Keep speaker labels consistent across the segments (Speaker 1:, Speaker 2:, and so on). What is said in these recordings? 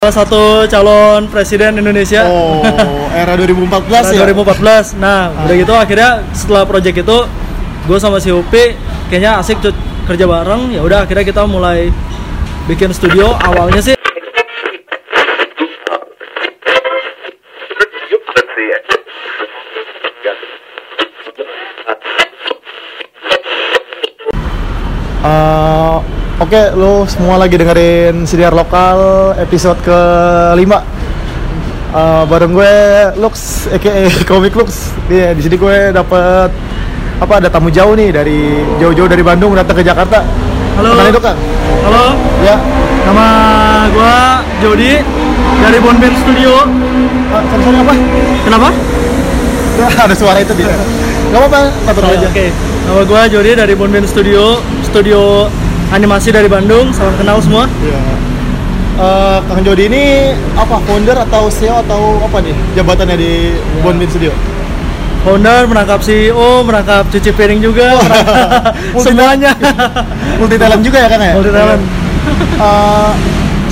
Speaker 1: Salah satu calon presiden Indonesia
Speaker 2: Oh, era 2014 ya?
Speaker 1: tahun 2014. Nah,
Speaker 2: Ah.
Speaker 1: udah gitu akhirnya setelah project itu gue sama si Upi kayaknya asik cut kerja bareng. Ya udah akhirnya kita mulai bikin studio. Awalnya sih
Speaker 3: Let's see it.
Speaker 2: Eh, Oke, lo semua lagi dengerin Sinar Lokal episode kelima Eh, Bareng gue Lux, aka Comic Lux Iya, Di sini gue dapet apa ada tamu jauh nih dari jauh-jauh dari Bandung datang ke Jakarta
Speaker 1: Halo.
Speaker 2: Kenalin dong, Kang
Speaker 1: halo,
Speaker 2: Ya,
Speaker 1: nama gue Jody dari Bonbin Studio.
Speaker 2: Eh, sorry-sorry, apa?
Speaker 1: Kenapa?
Speaker 2: ada suara itu di Gak apa-apa, satu nama aja
Speaker 1: Oke, nama gue Jody dari Bonbin Studio, studio animasi dari Bandung. Salam kenal semua.
Speaker 2: Iya. Eh, Kang Jody ini apa founder atau CEO atau apa nih jabatannya di Bonbin Studio?
Speaker 1: Founder merangkap CEO, merangkap cuci piring juga, merangkap semuanya.
Speaker 2: Multi talent juga ya kan ya?
Speaker 1: Multi talent.
Speaker 2: Eh,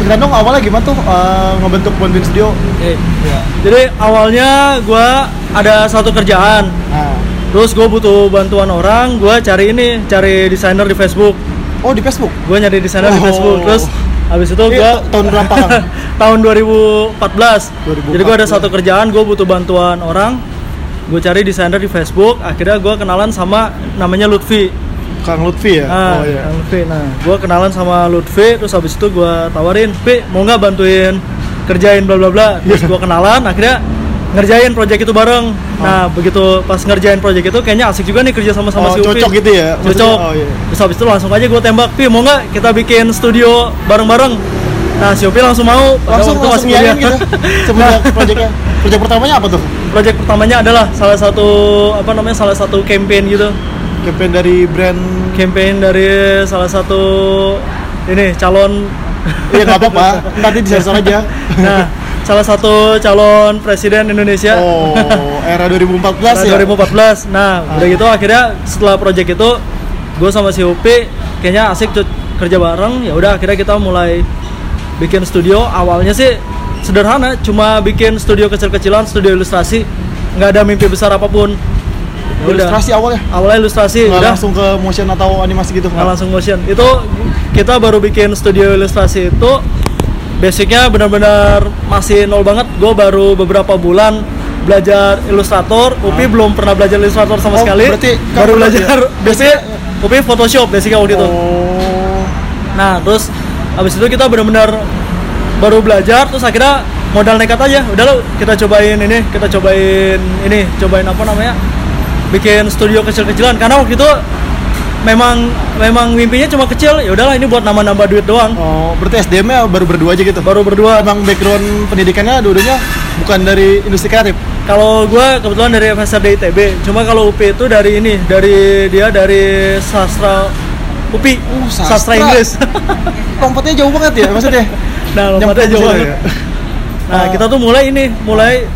Speaker 2: cerita dong awalnya gimana tuh eh, ngebentuk Bonbin Studio?
Speaker 1: Oke.
Speaker 2: Iya.
Speaker 1: Jadi awalnya gua ada satu kerjaan,
Speaker 2: Nah,
Speaker 1: terus gue butuh bantuan orang, gua cari ini, cari desainer di Facebook.
Speaker 2: oh di Facebook?
Speaker 1: Gue nyari desainer di
Speaker 2: Oh.
Speaker 1: Facebook, terus habis itu
Speaker 2: Ini
Speaker 1: gue
Speaker 2: ta- tahun berapa kan?
Speaker 1: tahun 2014.
Speaker 2: 2014.
Speaker 1: Jadi gue ada satu kerjaan, gue butuh bantuan orang, gue cari desainer di Facebook. Akhirnya gua kenalan sama namanya Lutfi.
Speaker 2: Kang Lutfi ya?
Speaker 1: Nah,
Speaker 2: oh iya.
Speaker 1: Kang Lutfi. Nah, gue kenalan sama Lutfi, terus habis itu gue tawarin, Pi, mau nggak bantuin kerjain bla bla bla. Terus
Speaker 2: Iya.
Speaker 1: gue kenalan, akhirnya ngerjain project itu bareng.
Speaker 2: Ah.
Speaker 1: Nah, begitu pas ngerjain project itu kayaknya asik juga nih kerja sama sama si
Speaker 2: Oh,
Speaker 1: Upi.
Speaker 2: cocok gitu ya? Maksudnya,
Speaker 1: Cocok.
Speaker 2: oh, iya.
Speaker 1: Terus habis itu langsung aja gue tembak, Pi, mau nggak kita bikin studio bareng bareng? Nah, si Upi langsung mau. Padahal
Speaker 2: Langsung
Speaker 1: waktu itu
Speaker 2: langsung
Speaker 1: masih
Speaker 2: yakin
Speaker 1: kuliah.
Speaker 2: gitu semenjak proyeknya. Proyek pertamanya apa tuh?
Speaker 1: project pertamanya adalah salah satu apa namanya salah satu campaign gitu.
Speaker 2: Hmm. Campaign dari brand
Speaker 1: campaign dari salah satu ini calon
Speaker 2: Iya nggak apa-apa, nanti di sensor aja.
Speaker 1: nah salah satu calon presiden Indonesia
Speaker 2: Oh, era
Speaker 1: tahun
Speaker 2: 2014 ya?
Speaker 1: 2014 nah
Speaker 2: Ah.
Speaker 1: udah gitu akhirnya setelah project itu gue sama si Upi kayaknya asik cut kerja bareng ya udah akhirnya kita mulai bikin studio awalnya sih sederhana cuma bikin studio kecil-kecilan studio ilustrasi nggak ada mimpi besar apapun Ya udah.
Speaker 2: Ilustrasi awalnya?
Speaker 1: awalnya ilustrasi
Speaker 2: Nggak
Speaker 1: udah
Speaker 2: langsung ke motion atau animasi gitu?
Speaker 1: nggak langsung motion itu kita baru bikin studio ilustrasi itu basicnya benar-benar masih nol banget gue baru beberapa bulan belajar ilustrator Upi belum pernah belajar ilustrator sama
Speaker 2: Ah. Oh,
Speaker 1: sekali
Speaker 2: berarti kan
Speaker 1: baru
Speaker 2: pernah
Speaker 1: belajar
Speaker 2: ya?
Speaker 1: biasanya Upi Photoshop basicnya waktu itu
Speaker 2: gitu. Oh.
Speaker 1: nah terus abis itu kita benar-benar baru belajar terus akhirnya modal nekat aja udah lo kita cobain ini kita cobain ini cobain apa namanya bikin studio kecil-kecilan karena waktu itu memang memang mimpinya cuma kecil ya udahlah ini buat nambah-nambah duit doang
Speaker 2: Oh, berarti SDM-nya baru berdua aja gitu.
Speaker 1: baru berdua
Speaker 2: Emang background pendidikannya dua-duanya bukan dari industri kreatif.
Speaker 1: kalau gue kebetulan dari FSRD ITB cuma kalau UPI itu dari ini dari dia dari sastra UPI
Speaker 2: Uh, sastra.
Speaker 1: sastra Inggris
Speaker 2: Lompatnya jauh banget ya maksudnya.
Speaker 1: nah lompatnya
Speaker 2: Nyemplung ya?
Speaker 1: jauh
Speaker 2: ke situ
Speaker 1: banget. Nah, kita tuh mulai ini, mulai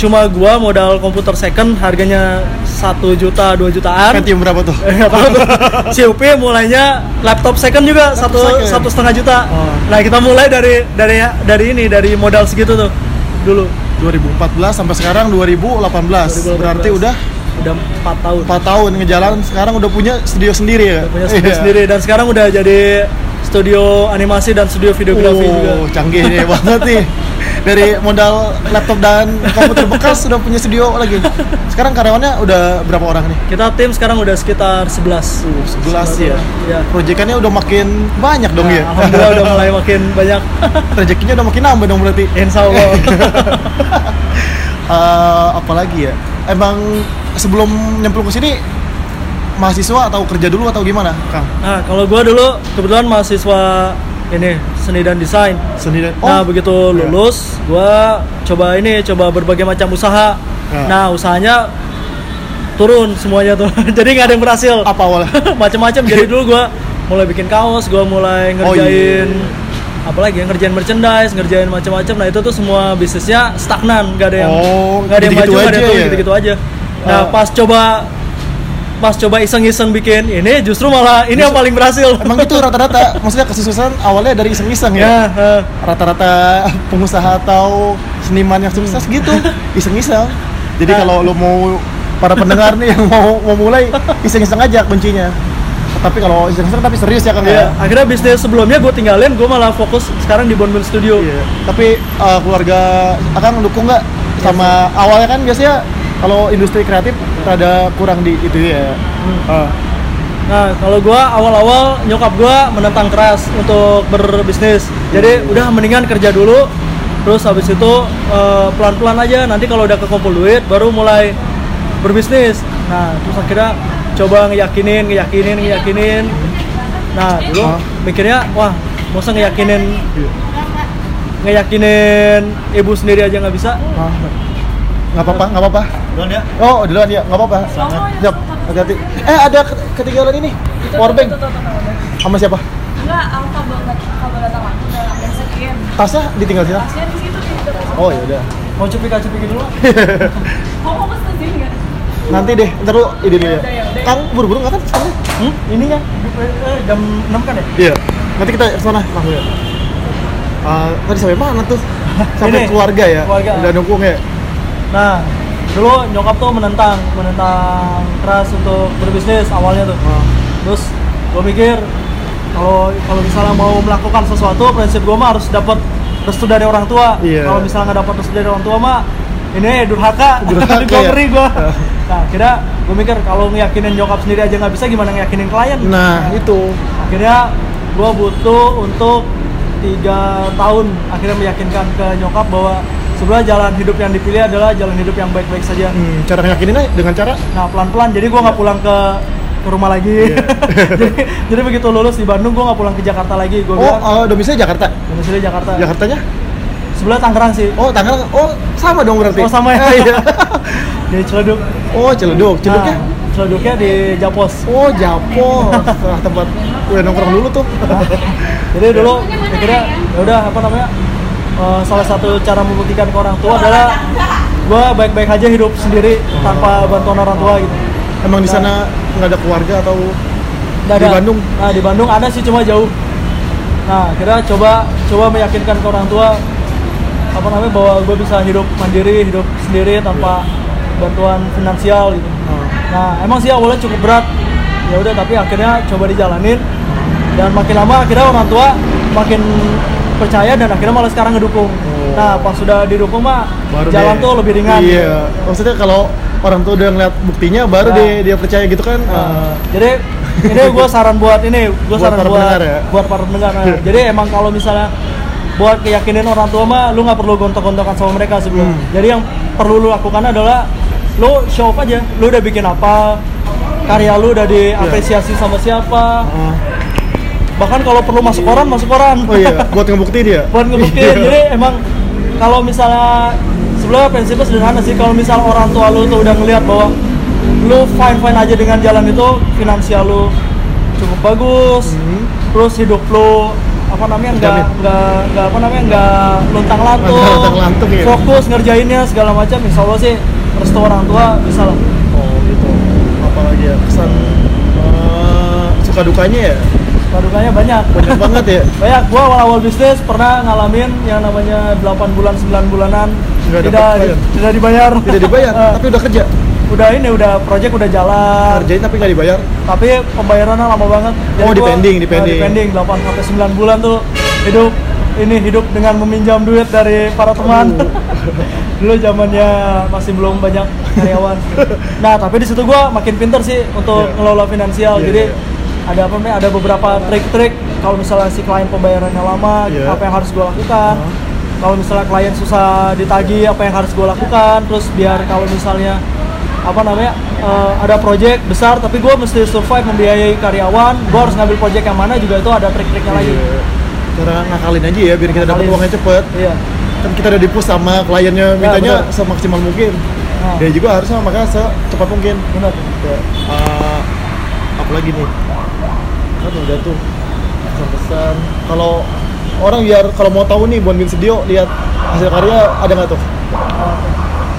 Speaker 1: cuma gua modal komputer second harganya 1 juta, 2 jutaan.
Speaker 2: Pentium Kan berapa tuh?
Speaker 1: Eh, nggak tahu tuh. Si Upi mulainya laptop second juga satu
Speaker 2: second.
Speaker 1: satu setengah juta.
Speaker 2: Oh.
Speaker 1: Nah kita mulai dari dari dari ini dari modal segitu tuh dulu.
Speaker 2: 2014 sampai sekarang 2018.
Speaker 1: 2018.
Speaker 2: Berarti udah
Speaker 1: Udah empat tahun.
Speaker 2: 4 tahun ngejalan sekarang udah punya studio sendiri ya.
Speaker 1: Punya studio
Speaker 2: Iya.
Speaker 1: sendiri dan sekarang udah jadi studio animasi dan studio videografi juga.
Speaker 2: Oh, canggih nih banget nih. Dari modal laptop dan komputer bekas sudah punya studio lagi. Sekarang karyawannya udah berapa orang nih?
Speaker 1: Kita tim sekarang udah sekitar 11
Speaker 2: 11 ya.
Speaker 1: Iya.
Speaker 2: Proyekannya udah makin banyak dong
Speaker 1: Nah,
Speaker 2: ya.
Speaker 1: Alhamdulillah udah mulai makin banyak.
Speaker 2: Rezekinya udah makin nambah dong berarti.
Speaker 1: Insya Allah.
Speaker 2: Eh, apalagi ya? Emang sebelum nyemplung ke sini mahasiswa atau kerja dulu atau gimana, Kang?
Speaker 1: Nah, kalau gua dulu kebetulan mahasiswa ini seni dan desain.
Speaker 2: Seni dan
Speaker 1: Nah, begitu
Speaker 2: iya.
Speaker 1: lulus, gua coba ini, coba berbagai macam usaha.
Speaker 2: Ya.
Speaker 1: Nah, usahanya turun semuanya tuh. jadi nggak ada yang berhasil.
Speaker 2: Apa awalnya?
Speaker 1: Macam-macam. Jadi dulu gua mulai bikin kaos, gua mulai
Speaker 2: Oh, iya.
Speaker 1: ngerjain apalagi ya, ngerjain merchandise, ngerjain macam-macam. Nah, itu tuh semua bisnisnya stagnan, nggak ada yang
Speaker 2: Oh,
Speaker 1: nggak ada yang maju, nggak ada
Speaker 2: gitu-gitu ya?
Speaker 1: yang
Speaker 2: aja
Speaker 1: turun,
Speaker 2: ya?
Speaker 1: gitu-gitu aja. Nah,
Speaker 2: Oh.
Speaker 1: pas coba pas coba iseng-iseng bikin ini justru malah ini yang paling berhasil
Speaker 2: Emang itu rata-rata, maksudnya kesuksesan awalnya dari iseng-iseng ya.
Speaker 1: ya eh.
Speaker 2: Rata-rata pengusaha atau seniman yang sukses gitu, iseng-iseng. Jadi
Speaker 1: Nah.
Speaker 2: kalau lo mau para pendengar nih yang mau mau mulai iseng-iseng aja kuncinya. Tapi kalau iseng-iseng tapi serius ya kan
Speaker 1: Iya,
Speaker 2: ya.
Speaker 1: akhirnya bisnis sebelumnya gue tinggalin, gue malah fokus sekarang di Bonbon Studio.
Speaker 2: Iya. Tapi eh, keluarga akan dukung nggak
Speaker 1: Iya
Speaker 2: sama awalnya kan biasanya kalau industri kreatif rada kurang di itu ya.
Speaker 1: Hmm.
Speaker 2: Ah.
Speaker 1: Nah, kalau gue awal-awal nyokap gue menentang keras untuk berbisnis. Jadi udah mendingan kerja dulu, terus habis itu eh, pelan-pelan aja. Nanti kalau udah kekumpul duit, baru mulai berbisnis. Nah, terus akhirnya coba ngeyakinin, ngeyakinin, ngeyakinin. Nah, dulu
Speaker 2: Hah?
Speaker 1: mikirnya, wah, masa ngeyakinin
Speaker 2: Iya.
Speaker 1: ngeyakinin ibu sendiri aja nggak bisa?
Speaker 2: Ah. Nggak apa-apa, nggak apa-apa.
Speaker 3: Duluan ya.
Speaker 2: Oh, duluan ya, nggak apa-apa. Siap, hati-hati. Eh, ada ket- ketinggalan ini. Powerbank. Sama siapa?
Speaker 4: Enggak, alfa banget. Kalau datang aku udah message-in.
Speaker 2: Tasnya ditinggal siapa?
Speaker 4: Tasnya di situ gitu. di depan.
Speaker 2: Oh, ya udah.
Speaker 1: Mau cupik-cupikin dulu?
Speaker 4: Kok mau pesen sini enggak?
Speaker 2: Nanti deh, ntar lu ide dulu ya.
Speaker 4: Yaudah, yaudah.
Speaker 2: Kang, buru-buru nggak kan? Sebenarnya?
Speaker 1: Hmm? Ininya eh, jam 6 kan ya?
Speaker 2: Iya. Nanti kita ke sana langsung ya. Ah, tadi sampai mana tuh?
Speaker 1: Ini,
Speaker 2: Sampai keluarga ya.
Speaker 1: keluarga.
Speaker 2: Udah dukung ya.
Speaker 1: Nah, dulu nyokap tuh menentang, menentang keras untuk berbisnis awalnya tuh.
Speaker 2: Hmm.
Speaker 1: Terus gue mikir kalau kalau misalnya mau melakukan sesuatu, prinsip gue mah harus dapat restu dari orang tua.
Speaker 2: Iya.
Speaker 1: Kalau misalnya nggak dapat restu dari orang tua mah ini durhaka,
Speaker 2: Durhaka
Speaker 1: gue
Speaker 2: ya.
Speaker 1: ngeri gue.
Speaker 2: Ah.
Speaker 1: Nah, kira gue mikir kalau ngeyakinin nyokap sendiri aja nggak bisa, gimana ngeyakinin klien?
Speaker 2: Nah, itu.
Speaker 1: akhirnya gue butuh untuk tiga tahun akhirnya meyakinkan ke nyokap bahwa sebenarnya jalan hidup yang dipilih adalah jalan hidup yang baik-baik saja
Speaker 2: Hmm, cara nyakininnya dengan cara
Speaker 1: nah pelan-pelan jadi gue nggak pulang ke ke rumah lagi
Speaker 2: Iya.
Speaker 1: jadi, jadi begitu lulus di Bandung gue nggak pulang ke Jakarta lagi gue
Speaker 2: Oh,
Speaker 1: bilang
Speaker 2: eh, domisili Jakarta.
Speaker 1: domisili Jakarta
Speaker 2: Jakartanya?
Speaker 1: sebelah Tangerang sih
Speaker 2: Oh, Tangerang. Oh, sama dong berarti.
Speaker 1: Oh, sama ya.
Speaker 2: Eh, iya.
Speaker 1: di Ciledug
Speaker 2: Oh, Ciledug. Ciledugnya?
Speaker 1: Nah, Ciledugnya di Japos
Speaker 2: Oh, Japo. Setelah tempat udah nongkrong dulu tuh.
Speaker 1: Jadi dulu akhirnya ya udah apa namanya eh, salah satu cara membuktikan ke orang tua adalah gua baik-baik aja hidup sendiri tanpa bantuan orang tua gitu.
Speaker 2: Emang di sana nggak ada keluarga atau
Speaker 1: Nggak
Speaker 2: Di Bandung?
Speaker 1: Nah di Bandung ada sih cuma jauh. Nah akhirnya coba coba meyakinkan ke orang tua apa namanya bahwa gue bisa hidup mandiri hidup sendiri tanpa bantuan finansial gitu. Nah emang sih awalnya cukup berat ya udah tapi akhirnya coba dijalanin dan makin lama akhirnya orang tua makin percaya dan akhirnya malah sekarang ngedukung.
Speaker 2: Oh.
Speaker 1: Nah pas sudah didukung mah
Speaker 2: baru
Speaker 1: jalan
Speaker 2: deh.
Speaker 1: tuh lebih ringan.
Speaker 2: Iya. Maksudnya kalau orang tuh udah ngeliat buktinya baru
Speaker 1: Nah.
Speaker 2: deh dia percaya gitu kan.
Speaker 1: Nah,
Speaker 2: Eh,
Speaker 1: jadi ini gue saran buat ini gue
Speaker 2: Buat
Speaker 1: saran
Speaker 2: para
Speaker 1: buat
Speaker 2: pendengar ya?
Speaker 1: buat para pendengar nah. jadi emang kalau misalnya buat keyakinin orang tua mah lu nggak perlu gontok-gontokan sama mereka sebelum
Speaker 2: Hmm.
Speaker 1: jadi yang perlu lu lakukan adalah lu show off aja lu udah bikin apa karya lu udah
Speaker 2: Iya.
Speaker 1: diapresiasi sama siapa
Speaker 2: eh.
Speaker 1: bahkan kalau perlu masuk koran masuk koran
Speaker 2: Oh iya, buat ngebukti dia.
Speaker 1: buat ngebuktiin jadi emang kalau misalnya sebenarnya prinsipnya sederhana sih kalau misalnya orang tua lu tuh udah ngelihat bahwa lu fine fine aja dengan jalan itu finansial lu cukup bagus
Speaker 2: Hmm.
Speaker 1: terus hidup lu apa namanya nggak
Speaker 2: Terjamin.
Speaker 1: nggak nggak apa namanya nggak luntang
Speaker 2: Nggak
Speaker 1: lantung
Speaker 2: luntang-lantung, ya.
Speaker 1: fokus ngerjainnya segala macam insya Allah sih restu orang tua bisa lah
Speaker 2: Oh gitu. Apalagi ya kesan eh, suka dukanya ya
Speaker 1: Padukanya banyak
Speaker 2: banyak banget ya.
Speaker 1: banyak gua awal-awal bisnis pernah ngalamin yang namanya 8 bulan 9 bulanan
Speaker 2: Nggak
Speaker 1: tidak
Speaker 2: dapet klien.
Speaker 1: tidak dibayar
Speaker 2: Tidak dibayar,
Speaker 1: Eh,
Speaker 2: tapi udah kerja.
Speaker 1: udah ini udah project udah jalan
Speaker 2: Kerjain tapi nggak dibayar.
Speaker 1: tapi pembayarannya lama banget
Speaker 2: Oh, di pending, di
Speaker 1: eh,
Speaker 2: pending.
Speaker 1: pending, 8 sampai 9 bulan tuh hidup ini hidup dengan meminjam duit dari para teman
Speaker 2: Aduh.
Speaker 1: dulu zamannya masih belum banyak karyawan nah tapi di situ gua makin pinter sih untuk
Speaker 2: Iya.
Speaker 1: ngelola finansial
Speaker 2: Iya,
Speaker 1: jadi
Speaker 2: iya.
Speaker 1: ada apa namanya ada beberapa trik-trik kalau misalnya si klien pembayarannya lama
Speaker 2: Iya.
Speaker 1: apa yang harus gua lakukan kalau misalnya klien susah ditagih apa yang harus gue lakukan terus biar kalau misalnya apa namanya eh, ada project besar tapi gue mesti survive membiayai karyawan gue harus ngambil project yang mana juga itu ada trik-triknya lagi
Speaker 2: Iya. Cara ngakalin Iya, aja ya biar kita dapat
Speaker 1: Ngakalin.
Speaker 2: uangnya cepet.
Speaker 1: iya
Speaker 2: kan kita udah dipus sama kliennya mintanya
Speaker 1: benar.
Speaker 2: semaksimal mungkin
Speaker 1: nah,
Speaker 2: dia juga harus sama makanya secepat mungkin
Speaker 1: benar
Speaker 2: ya, eh, apalagi nih kan udah tuh pesan-pesan kalau orang biar kalau mau tahu nih Bon Bin Studio lihat hasil karya ada nggak tuh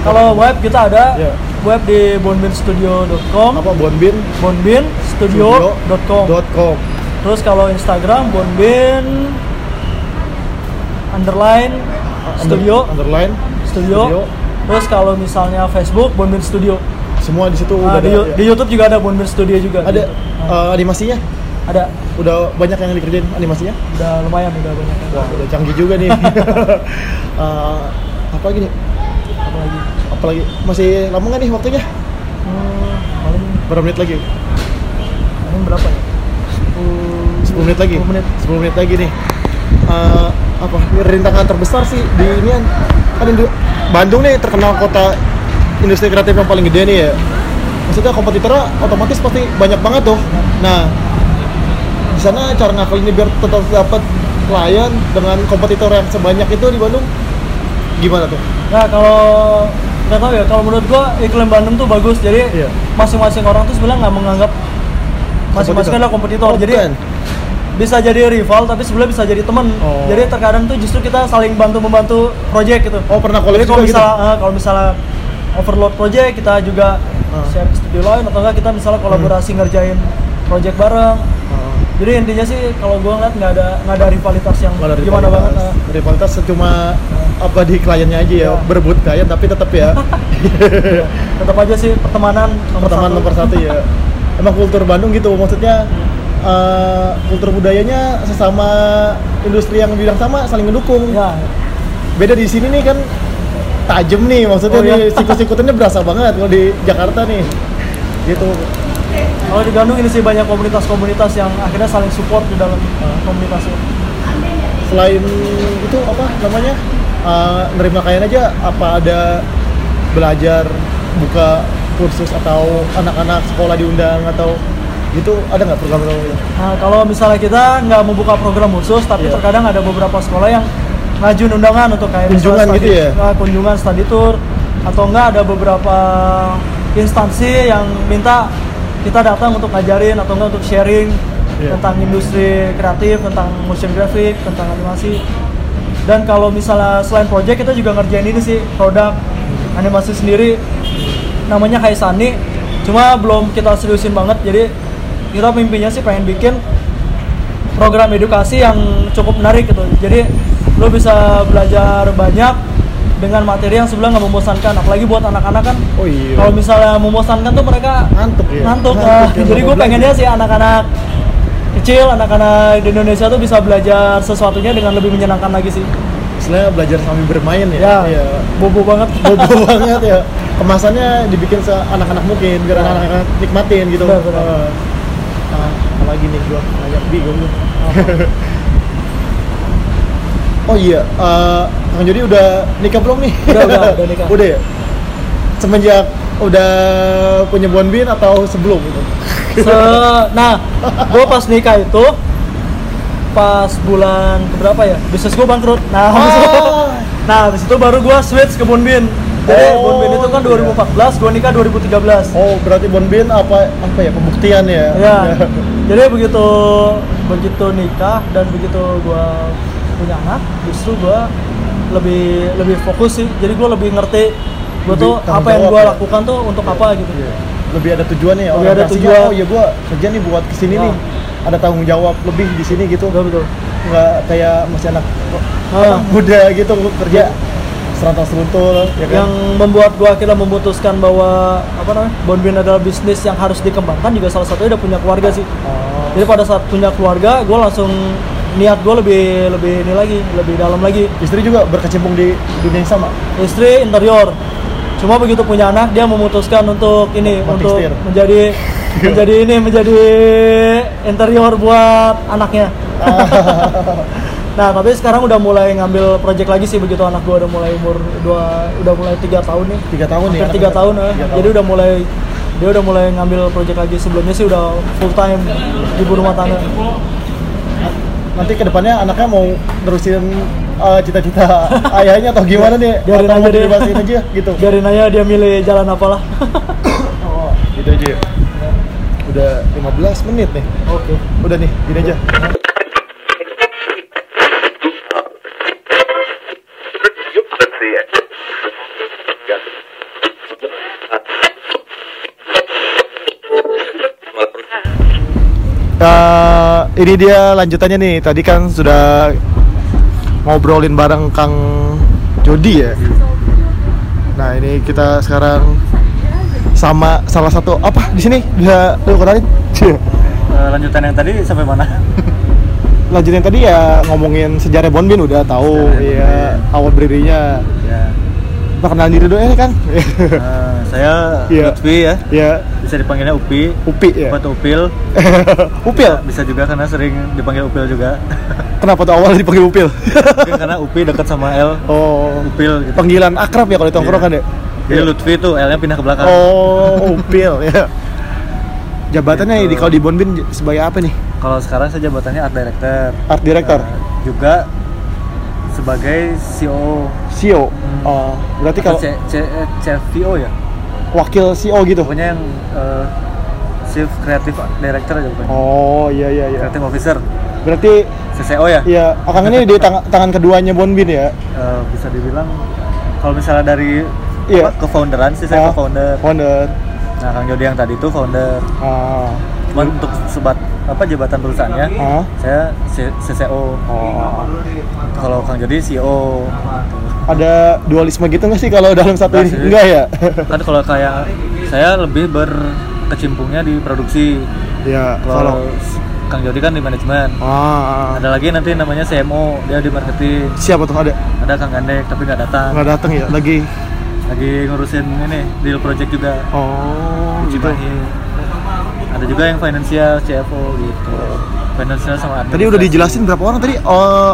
Speaker 1: kalau web kita ada
Speaker 2: Iya.
Speaker 1: web di bonbinstudio.com
Speaker 2: apa Bonbin
Speaker 1: bonbinstudio.com
Speaker 2: studio.com.
Speaker 1: terus kalau Instagram bonbin underline studio
Speaker 2: underline studio.
Speaker 1: studio terus kalau misalnya Facebook bonbin studio
Speaker 2: semua di situ
Speaker 1: Nah,
Speaker 2: udah
Speaker 1: di,
Speaker 2: ada,
Speaker 1: Yu-
Speaker 2: ya?
Speaker 1: di YouTube juga ada bonbin studio juga
Speaker 2: ada
Speaker 1: gitu.
Speaker 2: eh, animasinya
Speaker 1: Nah, ada
Speaker 2: udah banyak yang dikerjain animasinya
Speaker 1: udah lumayan udah banyak yang
Speaker 2: wah udah canggih juga nih Eh, apa lagi nih
Speaker 1: apa lagi
Speaker 2: apalagi masih lama nggak nih waktunya
Speaker 1: hmm, paling
Speaker 2: berapa menit lagi
Speaker 1: paling berapa ya 10
Speaker 2: 10 menit lagi
Speaker 1: 10 menit
Speaker 2: 10 menit lagi nih Eh, apa rintangan terbesar sih di ini kan Indo- Bandung nih terkenal kota industri kreatif yang paling gede nih ya maksudnya kompetitornya otomatis pasti banyak banget tuh nah di sana cara ngakalinnya biar tetap dapat klien dengan kompetitor yang sebanyak itu di Bandung gimana tuh
Speaker 1: Nah kalau nggak tahu ya, kalau menurut gua iklan Bandung tuh bagus. Jadi
Speaker 2: Iya.
Speaker 1: masing-masing orang tuh sebenarnya nggak menganggap masing-masing adalah kompetitor.
Speaker 2: Oh,
Speaker 1: jadi
Speaker 2: bukan.
Speaker 1: bisa jadi rival, tapi sebenarnya bisa jadi teman.
Speaker 2: Oh.
Speaker 1: Jadi terkadang tuh justru kita saling bantu membantu project gitu.
Speaker 2: oh pernah
Speaker 1: Jadi
Speaker 2: kolektif
Speaker 1: kalau
Speaker 2: juga gitu
Speaker 1: misalnya eh, kalau misalnya overload project kita juga
Speaker 2: Ah. Hmm.
Speaker 1: share ke studio lain atau enggak kita misalnya kolaborasi ngerjain project bareng.
Speaker 2: Oh.
Speaker 1: Jadi intinya sih kalau gua ngeliat nggak ada nggak ada rivalitas yang
Speaker 2: Nggak ada
Speaker 1: gimana
Speaker 2: rivalitas.
Speaker 1: banget. eh.
Speaker 2: Rivalitas cuma apa di kliennya aja ya,
Speaker 1: Ya.
Speaker 2: berebut klien tapi tetap ya
Speaker 1: Tetap aja sih pertemanan nomor
Speaker 2: pertemanan
Speaker 1: satu.
Speaker 2: nomor satu ya. Emang kultur Bandung gitu, maksudnya eh, kultur budayanya sesama industri yang bidang sama saling mendukung.
Speaker 1: Ya,
Speaker 2: Beda di sini nih kan tajem nih, maksudnya
Speaker 1: Oh, iya.
Speaker 2: nih sikut-sikutannya berasa banget kalau di Jakarta nih. Gitu.
Speaker 1: Kalau di Bandung ini sih banyak komunitas-komunitas yang akhirnya saling support di dalam uh, komunitas itu.
Speaker 4: ya.
Speaker 2: Selain itu apa namanya? Eh, nerima klien aja apa ada belajar buka kursus atau anak-anak sekolah diundang atau gitu ada nggak program itu?
Speaker 1: Nah, kalau misalnya kita nggak membuka program khusus, tapi
Speaker 2: Iya.
Speaker 1: terkadang ada beberapa sekolah yang ngajuin undangan untuk kayak
Speaker 2: Kunjungan
Speaker 1: misalnya
Speaker 2: gitu
Speaker 1: study-
Speaker 2: ya?
Speaker 1: nah, kunjungan study tour atau enggak ada beberapa instansi yang minta kita datang untuk ngajarin atau enggak untuk sharing
Speaker 2: Iya.
Speaker 1: tentang industri kreatif, tentang motion graphic, tentang animasi. Dan kalau misalnya selain project kita juga ngerjain ini sih produk animasi sendiri namanya Kaisani cuma belum kita seriusin banget jadi kita mimpinya sih pengen bikin program edukasi yang cukup menarik gitu jadi lo bisa belajar banyak dengan materi yang sebenarnya nggak membosankan apalagi buat anak-anak kan
Speaker 2: Oh iya.
Speaker 1: kalau misalnya membosankan tuh mereka
Speaker 2: ngantuk ya.
Speaker 1: Iya. ngantuk
Speaker 2: ya,
Speaker 1: nah. jadi gue
Speaker 2: nggak
Speaker 1: pengennya
Speaker 2: belajar.
Speaker 1: sih anak-anak kecil anak-anak di Indonesia tuh bisa belajar sesuatunya dengan lebih menyenangkan lagi sih
Speaker 2: Istilahnya belajar sambil bermain ya.
Speaker 1: ya
Speaker 2: Iya.
Speaker 1: bobo banget
Speaker 2: Bobo banget ya. Kemasannya dibikin seanak-anak mungkin
Speaker 1: Ya.
Speaker 2: biar anak-anak nikmatin gitu.
Speaker 1: Benar, benar.
Speaker 2: Eh, ah, apa lagi nih gua banyak bingung nih. Oh iya, eh, Kang Jody udah nikah belum nih?
Speaker 1: Udah, udah, udah nikah.
Speaker 2: udah ya? Semenjak udah punya bonbin atau sebelum gitu?
Speaker 1: Se- nah, gue pas nikah itu pas bulan keberapa ya? Bisnis gue bangkrut. Nah, habis itu,
Speaker 2: Ah.
Speaker 1: nah habis itu baru gue switch ke Bonbin. Jadi
Speaker 2: Oh,
Speaker 1: Bonbin itu kan
Speaker 2: iya.
Speaker 1: 2014, gue nikah 2013.
Speaker 2: Oh, berarti bonbin apa apa ya pembuktian ya?
Speaker 1: Ya. Jadi begitu begitu nikah dan begitu gue punya anak, justru gue lebih lebih fokus sih. Jadi gue lebih ngerti gue
Speaker 2: Lebih
Speaker 1: tuh
Speaker 2: tanggung
Speaker 1: apa yang
Speaker 2: jawab
Speaker 1: gue
Speaker 2: ya.
Speaker 1: lakukan tuh untuk apa gitu.
Speaker 2: Iya. lebih ada tujuannya ya
Speaker 1: Lebih ada
Speaker 2: orientasinya,
Speaker 1: tujuan.
Speaker 2: oh ya gua kerja nih buat kesini
Speaker 1: Ya.
Speaker 2: nih ada tanggung jawab lebih di sini gitu
Speaker 1: Betul betul.
Speaker 2: nggak kayak masih anak
Speaker 1: Ah.
Speaker 2: muda gitu lu kerja serantau seruntul ya kan
Speaker 1: yang membuat gua akhirnya memutuskan bahwa apa namanya Bonbin adalah bisnis yang harus dikembangkan juga salah satunya udah punya keluarga sih
Speaker 2: Oh.
Speaker 1: jadi pada saat punya keluarga gua langsung niat gua lebih lebih ini lagi lebih dalam lagi
Speaker 2: istri juga berkecimpung di dunia yang sama
Speaker 1: istri interior cuma begitu punya anak dia memutuskan untuk ini
Speaker 2: Mati
Speaker 1: untuk
Speaker 2: setir.
Speaker 1: menjadi menjadi ini menjadi interior buat anaknya nah tapi sekarang udah mulai ngambil project lagi sih begitu anak gua udah mulai umur dua udah mulai tiga tahun nih
Speaker 2: tiga tahun ya
Speaker 1: hampir
Speaker 2: anak
Speaker 1: tiga
Speaker 2: muda.
Speaker 1: tahun ya
Speaker 2: Tiga
Speaker 1: jadi udah mulai dia udah mulai ngambil project lagi sebelumnya sih udah full time ibu rumah tangga
Speaker 2: nanti kedepannya anaknya mau nerusin eh, cita-cita ayahnya atau gimana nih
Speaker 1: Biarin aja
Speaker 2: atau mau
Speaker 1: deh.
Speaker 2: dibebasin aja gitu
Speaker 1: biarin aja dia milih jalan apalah
Speaker 2: oh, gitu aja ya. udah 15 menit nih
Speaker 1: oke
Speaker 2: udah nih gini aja
Speaker 3: Let's see it. Got it.
Speaker 2: Eh, ini dia lanjutannya nih. Tadi kan sudah ngobrolin bareng Kang Jody ya. Nah ini kita sekarang sama salah satu apa di sini bisa lu kenalin? Cie.
Speaker 3: Eh, lanjutan yang tadi sampai mana?
Speaker 2: Lanjutin tadi ya ngomongin sejarah Bonbin udah tahu ya
Speaker 3: Sejarah
Speaker 2: awal berdirinya.
Speaker 3: ya,
Speaker 2: Kita kenalin diri dulu ya kan?
Speaker 3: eh, saya
Speaker 2: Iya.
Speaker 3: Lutfi ya,
Speaker 2: ya
Speaker 3: bisa dipanggilnya Upi,
Speaker 2: Upi ya.
Speaker 3: atau Upil,
Speaker 2: Upil.
Speaker 3: bisa juga karena sering dipanggil Upil juga,
Speaker 2: Kenapa tuh awal dipanggil Upil?
Speaker 3: Mungkin karena Upi dekat sama L,
Speaker 2: oh.
Speaker 3: Upil Iya. gitu.
Speaker 2: Panggilan akrab ya kalau di tongkrongan ya?
Speaker 3: Jadi Lutfi tuh L-nya pindah ke belakang.
Speaker 2: Oh, upil ya. Jabatannya di
Speaker 3: Gitu.
Speaker 2: kalau di Bonbin j- sebagai apa nih?
Speaker 3: Kalau sekarang saya jabatannya Art Director,
Speaker 2: Art Director,
Speaker 3: Eh, juga sebagai CEO,
Speaker 2: CEO. Oh, berarti
Speaker 3: atau
Speaker 2: kalau
Speaker 3: C, C, eh, CFO ya,
Speaker 2: wakil CEO gitu.
Speaker 3: pokoknya yang eh, Chief Creative Director aja bukan,
Speaker 2: Oh, iya iya iya.
Speaker 3: Creative Officer,
Speaker 2: Berarti
Speaker 3: CCO ya.
Speaker 2: ya Akang ini di tang- tangan keduanya Bonbin ya.
Speaker 3: Eh, bisa dibilang kalau misalnya dari
Speaker 2: Iya.
Speaker 3: ke founderan sih
Speaker 2: Ah,
Speaker 3: saya ke founder.
Speaker 2: Founder.
Speaker 3: Nah, Kang Jody yang tadi itu founder.
Speaker 2: Ah.
Speaker 3: Cuman untuk sebat apa jabatan perusahaannya
Speaker 2: Ah.
Speaker 3: saya C- CCO.
Speaker 2: Oh.
Speaker 3: Kalau Kang
Speaker 2: E
Speaker 3: Jody CEO.
Speaker 2: Ada dualisme gitu nggak sih kalau dalam satu ini?
Speaker 3: Nggak sih.
Speaker 2: Enggak ya?
Speaker 3: Kan kalau kayak saya lebih berkecimpungnya di produksi.
Speaker 2: ya,
Speaker 3: Kalau Kang Jody kan di manajemen.
Speaker 2: Ah.
Speaker 3: Ada lagi nanti namanya CMO, dia di marketing.
Speaker 2: Siapa tuh ada?
Speaker 3: Ada Kang Gandek tapi nggak datang.
Speaker 2: Nggak datang ya lagi.
Speaker 3: Lagi ngurusin ini deal project juga.
Speaker 2: Oh,
Speaker 3: Di
Speaker 2: gitu.
Speaker 3: Cimahi. Ada juga yang financial, CFO gitu. Financial sama administrasi.
Speaker 2: Tadi udah dijelasin berapa orang tadi eh,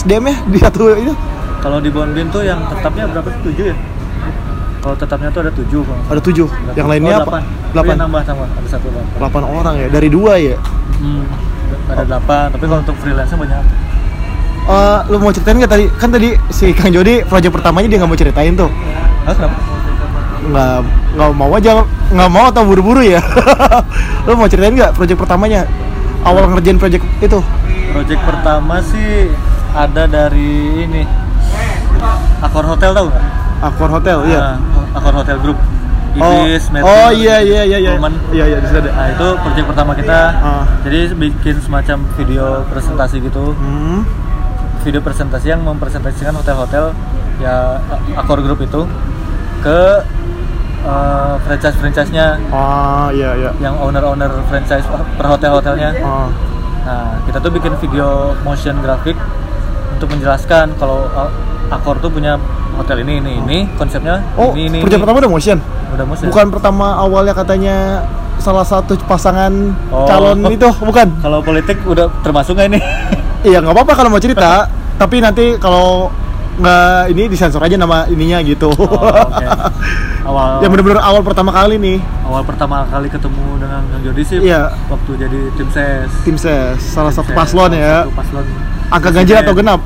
Speaker 2: SDM ya di satu itu
Speaker 3: Kalau di Bonbin tuh yang tetapnya berapa? 7 ya? Kalau tetapnya tuh ada 7 kalau nggak
Speaker 2: ada tujuh.
Speaker 3: salah.
Speaker 2: Yang
Speaker 3: Oh,
Speaker 2: lainnya apa?
Speaker 3: delapan.
Speaker 2: Delapan.
Speaker 3: Iya, nambah tambah ada satu delapan.
Speaker 2: Delapan orang ya dari dua ya.
Speaker 3: Hmm. Ada delapan, tapi kalau untuk freelance banyak.
Speaker 2: Eh, lu mau ceritain nggak tadi? Kan tadi si Kang Jody proyek pertamanya dia nggak mau ceritain tuh.
Speaker 3: Ah, kenapa?
Speaker 2: Nggak nggak mau aja nggak mau atau buru-buru ya. lu mau ceritain nggak proyek pertamanya? Awal ngerjain proyek itu.
Speaker 3: Project pertama sih ada dari ini. Akor Hotel tau nggak?
Speaker 2: Akor Hotel, iya.
Speaker 3: Ah, Akor Hotel Group.
Speaker 2: Oh,
Speaker 3: Ibis, Metro,
Speaker 2: oh iya iya iya iya.
Speaker 3: Roman.
Speaker 2: Iya iya di situ ada.
Speaker 3: Nah itu project pertama kita.
Speaker 2: Ah.
Speaker 3: Jadi bikin semacam video presentasi gitu,
Speaker 2: Hmm.
Speaker 3: video presentasi yang mempresentasikan hotel-hotel ya Accor Group itu ke eh, franchise-franchise-nya
Speaker 2: Ah iya iya.
Speaker 3: yang owner-owner franchise per hotel-hotelnya.
Speaker 2: Ah.
Speaker 3: Nah, kita tuh bikin video motion grafik untuk menjelaskan kalau eh, Accor tuh punya hotel ini ini ini konsepnya
Speaker 2: Oh,
Speaker 3: ini ini.
Speaker 2: proyek
Speaker 3: ini.
Speaker 2: pertama udah motion.
Speaker 3: udah musim.
Speaker 2: Nah. Bukan pertama awalnya katanya salah satu pasangan
Speaker 3: Oh.
Speaker 2: calon itu, bukan?
Speaker 3: Kalau politik udah termasuk nggak ini?
Speaker 2: Iya nggak apa-apa kalau mau cerita, tapi nanti kalau nggak ini disensor aja nama ininya gitu.
Speaker 3: Oh, oke. Awal
Speaker 2: Yang bener-bener awal pertama kali nih
Speaker 3: awal pertama kali ketemu dengan Kang Jody sih
Speaker 2: Iya.
Speaker 3: waktu jadi tim ses
Speaker 2: tim ses salah satu
Speaker 3: Tim ses,
Speaker 2: paslon
Speaker 3: salah
Speaker 2: ya,
Speaker 3: satu paslon ya.
Speaker 2: angka ganjil atau genap.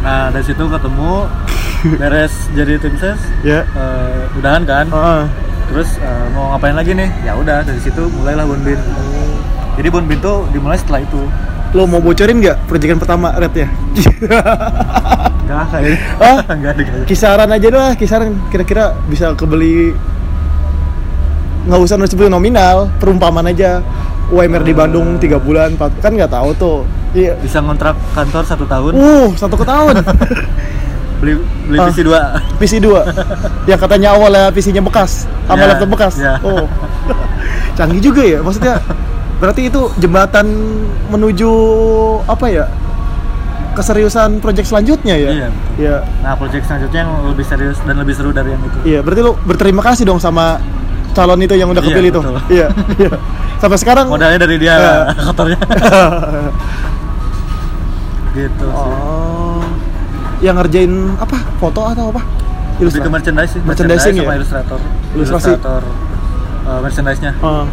Speaker 3: nah dari situ ketemu beres jadi tim ses
Speaker 2: Ya.
Speaker 3: eh, udahan kan
Speaker 2: Heeh.
Speaker 3: terus eh, mau ngapain lagi nih ya udah dari situ mulailah bonbin jadi bonbin tuh dimulai setelah itu
Speaker 2: Lo mau bocorin nggak proyekan pertama ya? rednya?
Speaker 3: enggak kayaknya
Speaker 2: Hah?
Speaker 3: enggak ada kayaknya.
Speaker 2: kisaran aja lah, kisaran kira-kira bisa kebeli nggak usah sebutin nominal, perumpamaan aja. UMR di Bandung 3 bulan, 4 kan nggak tahu tuh. Iya.
Speaker 3: bisa ngontrak kantor satu tahun
Speaker 2: Uh, satu ke tahun.
Speaker 3: beli beli
Speaker 2: Ah.
Speaker 3: PC dua
Speaker 2: PC 2 yang Ya, katanya awalnya PC-nya bekas sama
Speaker 3: Ya,
Speaker 2: laptop bekas
Speaker 3: ya.
Speaker 2: oh canggih juga ya maksudnya berarti itu jembatan menuju apa ya keseriusan proyek selanjutnya ya
Speaker 3: Iya, betul.
Speaker 2: iya
Speaker 3: nah project selanjutnya yang lebih serius dan lebih seru dari yang itu
Speaker 2: iya berarti lu berterima kasih dong sama calon itu yang udah
Speaker 3: Iya,
Speaker 2: kepilih tuh
Speaker 3: betul.
Speaker 2: iya iya sampai sekarang
Speaker 3: modalnya dari dia
Speaker 2: Iya.
Speaker 3: kotornya gitu sih.
Speaker 2: oh yang ngerjain apa foto atau apa
Speaker 3: lebih ke merchandise sih
Speaker 2: Merchandising
Speaker 3: merchandise sama
Speaker 2: ya?
Speaker 3: ilustrator
Speaker 2: Ilustrasi.
Speaker 3: ilustrator eh, merchandise-nya
Speaker 2: Oh.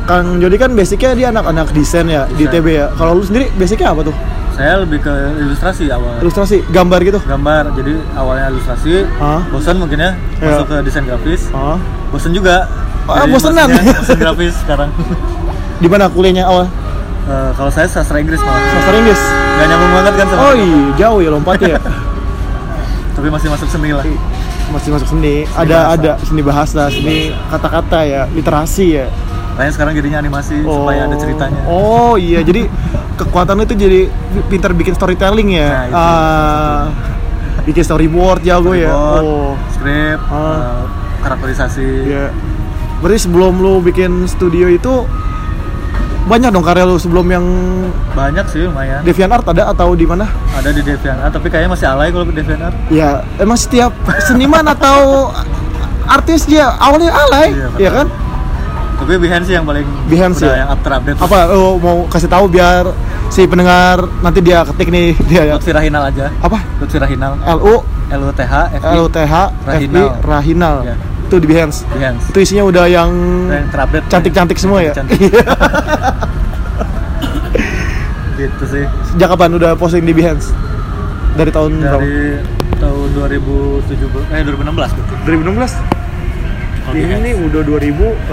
Speaker 2: Kang Jody kan basicnya dia anak-anak desain ya di
Speaker 3: Desain.
Speaker 2: TB ya. Kalau lu sendiri basicnya apa tuh?
Speaker 3: saya lebih ke ilustrasi awal
Speaker 2: Ilustrasi, gambar gitu.
Speaker 3: gambar jadi awalnya ilustrasi
Speaker 2: Hah?
Speaker 3: bosan mungkin ya
Speaker 2: Iya.
Speaker 3: masuk ke desain grafis
Speaker 2: Oh.
Speaker 3: bosan juga
Speaker 2: Ah,
Speaker 3: Jadi
Speaker 2: bosenan.
Speaker 3: maksudnya bosen grafis sekarang
Speaker 2: Di mana kuliahnya awal?
Speaker 3: Eh, kalau saya sastra Inggris malah
Speaker 2: Sastra Inggris.
Speaker 3: nggak nyambung banget kan sama
Speaker 2: Oh, iya, jauh ya lompatnya ya.
Speaker 3: tapi masih masuk seni lah
Speaker 2: masih masuk seni, ada
Speaker 3: bahasa.
Speaker 2: ada seni bahasa, seni kata-kata ya, literasi ya.
Speaker 3: Makanya sekarang jadinya animasi supaya ada ceritanya.
Speaker 2: Oh iya, jadi kekuatan lu itu jadi pintar bikin storytelling ya.
Speaker 3: Nah, itu
Speaker 2: Ah, bikin storyboard jago ya.
Speaker 3: Storyboard,
Speaker 2: Oh.
Speaker 3: script,
Speaker 2: Ah.
Speaker 3: eh, karakterisasi.
Speaker 2: Iya. Berarti sebelum lu bikin studio itu banyak dong karya lu sebelum yang
Speaker 3: Banyak sih lumayan.
Speaker 2: DeviantArt ada atau di mana?
Speaker 3: Ada di DeviantArt, tapi kayaknya masih alay kalau di DeviantArt.
Speaker 2: Ya, emang setiap seniman atau artis dia awalnya alay,
Speaker 3: Iya,
Speaker 2: ya
Speaker 3: benar.
Speaker 2: kan?
Speaker 3: Tapi Behance sih yang paling
Speaker 2: Behance
Speaker 3: udah
Speaker 2: ya?
Speaker 3: yang up terupdate.
Speaker 2: Apa lu mau kasih tahu biar si pendengar nanti dia ketik nih dia ya.
Speaker 3: Lutfi Rahinal aja.
Speaker 2: Apa?
Speaker 3: Lutfi Rahinal.
Speaker 2: L U
Speaker 3: L U T H F I
Speaker 2: L T H F I
Speaker 3: Rahinal.
Speaker 2: Rahinal. Ya.
Speaker 3: Iya.
Speaker 2: Itu di Behance.
Speaker 3: Behance.
Speaker 2: Itu isinya udah yang
Speaker 3: Yang terupdate.
Speaker 2: Hmm. cantik-cantik semua ya.
Speaker 3: Cantik. gitu sih.
Speaker 2: Sejak kapan udah posting di Behance? Dari tahun berapa?
Speaker 3: Dari tahun 2017 eh 2016 gitu.
Speaker 2: 2016
Speaker 3: Kalau
Speaker 2: ini
Speaker 3: Behance.
Speaker 2: nih udah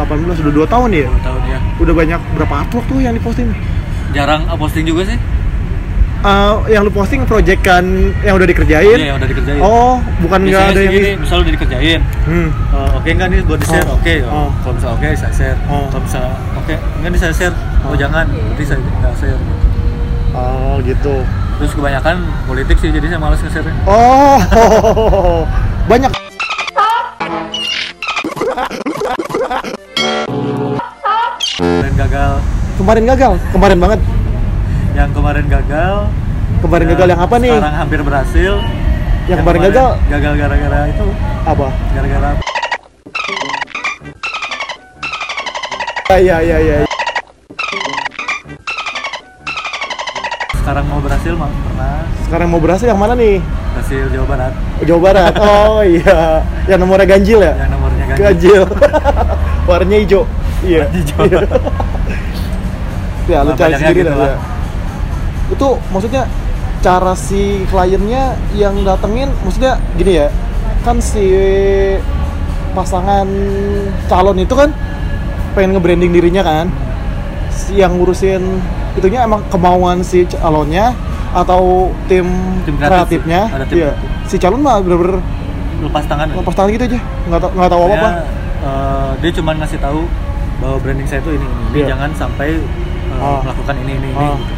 Speaker 2: 2018 udah 2 tahun ya
Speaker 3: Dua tahun ya.
Speaker 2: udah banyak berapa artwork tuh yang diposting
Speaker 3: Jarang posting juga sih.
Speaker 2: Eh, yang lu posting project kan yang udah dikerjain
Speaker 3: Iya, yang udah dikerjain.
Speaker 2: oh bukan nggak
Speaker 3: Biasanya
Speaker 2: ada
Speaker 3: sih
Speaker 2: yang
Speaker 3: gini, misal udah dikerjain.
Speaker 2: hmm.
Speaker 3: Eh, oke nggak nih buat di share?
Speaker 2: Oh.
Speaker 3: Oke.
Speaker 2: Oh.
Speaker 3: Kalau misal oke saya share.
Speaker 2: Oh.
Speaker 3: Kalau misal oke nggak nih saya share. Oh, jangan, berarti saya nggak share.
Speaker 2: oh gitu
Speaker 3: Terus kebanyakan politik sih jadi saya malas nge-share.
Speaker 2: oh banyak
Speaker 3: Kemarin gagal.
Speaker 2: kemarin gagal kemarin banget
Speaker 3: Yang kemarin gagal.
Speaker 2: kemarin
Speaker 3: yang
Speaker 2: gagal yang apa nih
Speaker 3: Sekarang hampir berhasil.
Speaker 2: yang, Ya, kemarin gagal
Speaker 3: Gagal gara-gara itu.
Speaker 2: apa
Speaker 3: Gara-gara
Speaker 2: iya iya iya ya.
Speaker 3: sekarang mau berhasil mah pernah
Speaker 2: sekarang mau berhasil yang mana nih
Speaker 3: berhasil Jawa Barat.
Speaker 2: Jawa Barat oh iya yang nomornya ganjil ya
Speaker 3: Yang nomornya kan? ganjil.
Speaker 2: ganjil warnanya hijau iya
Speaker 3: Hijau.
Speaker 2: Iya. ya lu
Speaker 3: Nah,
Speaker 2: cari
Speaker 3: banyaknya
Speaker 2: sendiri
Speaker 3: gitu
Speaker 2: lah
Speaker 3: lah.
Speaker 2: ya. itu maksudnya cara si kliennya yang datengin maksudnya gini ya kan si pasangan calon itu kan pengen nge-branding dirinya kan si yang ngurusin itunya emang kemauan si calonnya atau tim,
Speaker 3: Tim kreatif.
Speaker 2: kreatifnya
Speaker 3: Ada tim
Speaker 2: Iya. si calon mah bener-bener
Speaker 3: Lepas tangan.
Speaker 2: lepas tangan gitu aja nggak tau nggak tahu apa apa
Speaker 3: Saya, eh, dia cuma ngasih tahu bahwa branding saya itu ini ini. Dia
Speaker 2: Iya.
Speaker 3: jangan sampai eh,
Speaker 2: Ah.
Speaker 3: melakukan ini ini ini.
Speaker 2: Ah.
Speaker 3: gitu.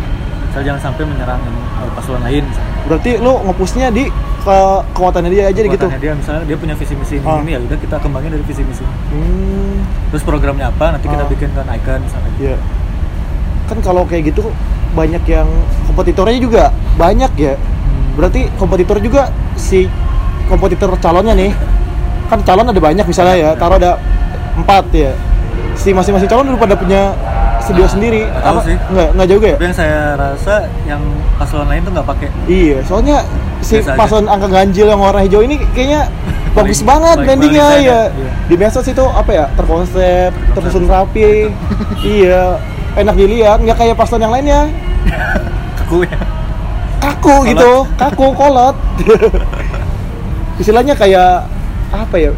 Speaker 3: Saya jangan sampai menyerang eh, paslon lain. misalnya.
Speaker 2: berarti lu ngepusnya di ke kekuatannya dia aja gitu
Speaker 3: Kekuatannya dia misalnya dia punya visi misi ini,
Speaker 2: Ah.
Speaker 3: ini ya udah kita kembangin dari visi misi.
Speaker 2: hmm
Speaker 3: Terus programnya apa? Nanti kita
Speaker 2: Ah.
Speaker 3: bikin kan icon misalnya.
Speaker 2: ya kan kalau kayak gitu banyak yang kompetitornya juga banyak ya
Speaker 3: Hmm.
Speaker 2: berarti kompetitor juga si kompetitor calonnya nih kan calon ada banyak misalnya
Speaker 3: Iya.
Speaker 2: ya taruh ada empat ya si masing-masing calon udah pada punya studio sendiri
Speaker 3: nggak tahu
Speaker 2: Apa-
Speaker 3: sih.
Speaker 2: nggak nggak juga ya
Speaker 3: Tapi yang saya rasa yang paslon lain tuh nggak pakai.
Speaker 2: iya soalnya si
Speaker 3: Biasa aja.
Speaker 2: paslon angka ganjil yang warna hijau ini kayaknya bagus
Speaker 3: Paling-
Speaker 2: banget
Speaker 3: paling-
Speaker 2: brandingnya
Speaker 3: paling
Speaker 2: ya
Speaker 3: desainnya, iya.
Speaker 2: di medsos itu apa ya terkonsep tersusun rapi iya enak dilihat nggak kayak paslon yang lainnya
Speaker 3: Kaku ya.
Speaker 2: kaku gitu kaku kolot istilahnya kayak apa ya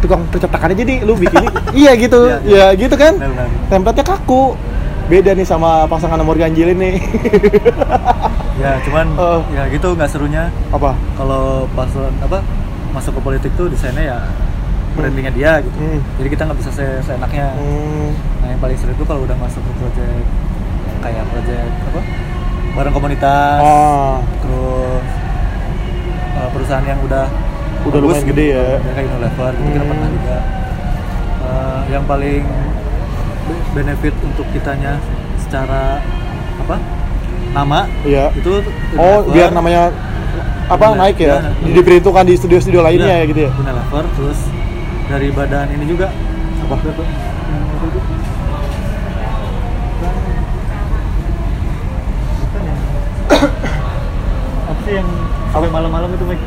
Speaker 2: tukang percetakan aja nih lu bikin iya gitu
Speaker 3: Iya,
Speaker 2: ya gitu kan
Speaker 3: Benar-benar.
Speaker 2: template-nya kaku beda nih sama pasangan nomor ganjil ini
Speaker 3: Ya cuman
Speaker 2: Oh.
Speaker 3: ya gitu nggak serunya.
Speaker 2: apa
Speaker 3: kalau paslon apa masuk ke politik tuh desainnya ya brandingnya dia gitu
Speaker 2: Hmm.
Speaker 3: jadi kita nggak bisa se- seenaknya
Speaker 2: hmm,
Speaker 3: nah yang paling sering tuh kalau udah masuk ke project kayak project apa bareng komunitas
Speaker 2: ah
Speaker 3: terus uh, perusahaan yang udah gitu.
Speaker 2: Udah lumayan gede ya.
Speaker 3: udah kayak Unilever gitu kita
Speaker 2: Hmm.
Speaker 3: pernah juga Uh, yang paling be- benefit untuk kitanya secara apa nama
Speaker 2: Iya.
Speaker 3: itu
Speaker 2: oh
Speaker 3: Unilever,
Speaker 2: biar namanya apa
Speaker 3: Bener.
Speaker 2: naik ya
Speaker 3: Iya,
Speaker 2: Di-
Speaker 3: iya.
Speaker 2: diperhitungkan di studio-studio lainnya ya
Speaker 3: Iya,
Speaker 2: gitu ya
Speaker 3: punya lever terus dari badan ini juga
Speaker 2: Apa?
Speaker 3: tuh? Yang itu tuh. Bukan ya? apa sih yang sampai malam-malam itu Mike?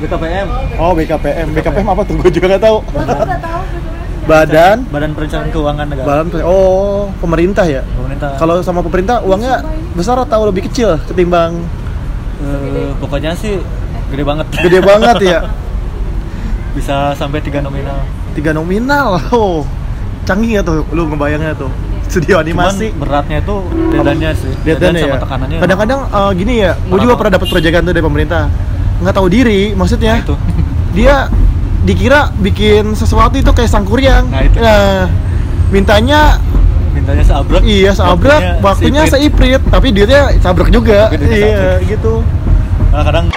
Speaker 3: BKPM
Speaker 2: oh BKPM BKPM apa tuh gue juga nggak tahu
Speaker 4: Gue tuh nggak tahu gitu kan. sebenarnya.
Speaker 2: badan
Speaker 3: Badan Perencanaan Keuangan Negara
Speaker 2: badan oh pemerintah ya
Speaker 3: pemerintah
Speaker 2: kalau sama pemerintah uangnya besar atau lebih kecil ketimbang
Speaker 3: Eh, pokoknya sih gede banget
Speaker 2: gede banget ya
Speaker 3: bisa sampai tiga nominal
Speaker 2: tiga nominal oh canggih ya tuh lu ngebayangnya tuh studio
Speaker 3: cuman
Speaker 2: animasi
Speaker 3: beratnya itu dedannya sih
Speaker 2: Deadline
Speaker 3: sama
Speaker 2: ya
Speaker 3: tekanannya
Speaker 2: kadang-kadang eh, gini ya gue
Speaker 3: Parah
Speaker 2: juga
Speaker 3: banget.
Speaker 2: pernah dapat proyekan tuh dari pemerintah nggak tahu diri maksudnya
Speaker 3: itu
Speaker 2: dia dikira bikin sesuatu itu kayak sangkuriang
Speaker 3: Nah, itu.
Speaker 2: mintanya
Speaker 3: mintanya seabrek
Speaker 2: iya seabrak waktunya
Speaker 3: seiprit.
Speaker 2: seiprit tapi dia sabrek juga
Speaker 3: Tapi duitnya
Speaker 2: iya gitu
Speaker 3: Nah, kadang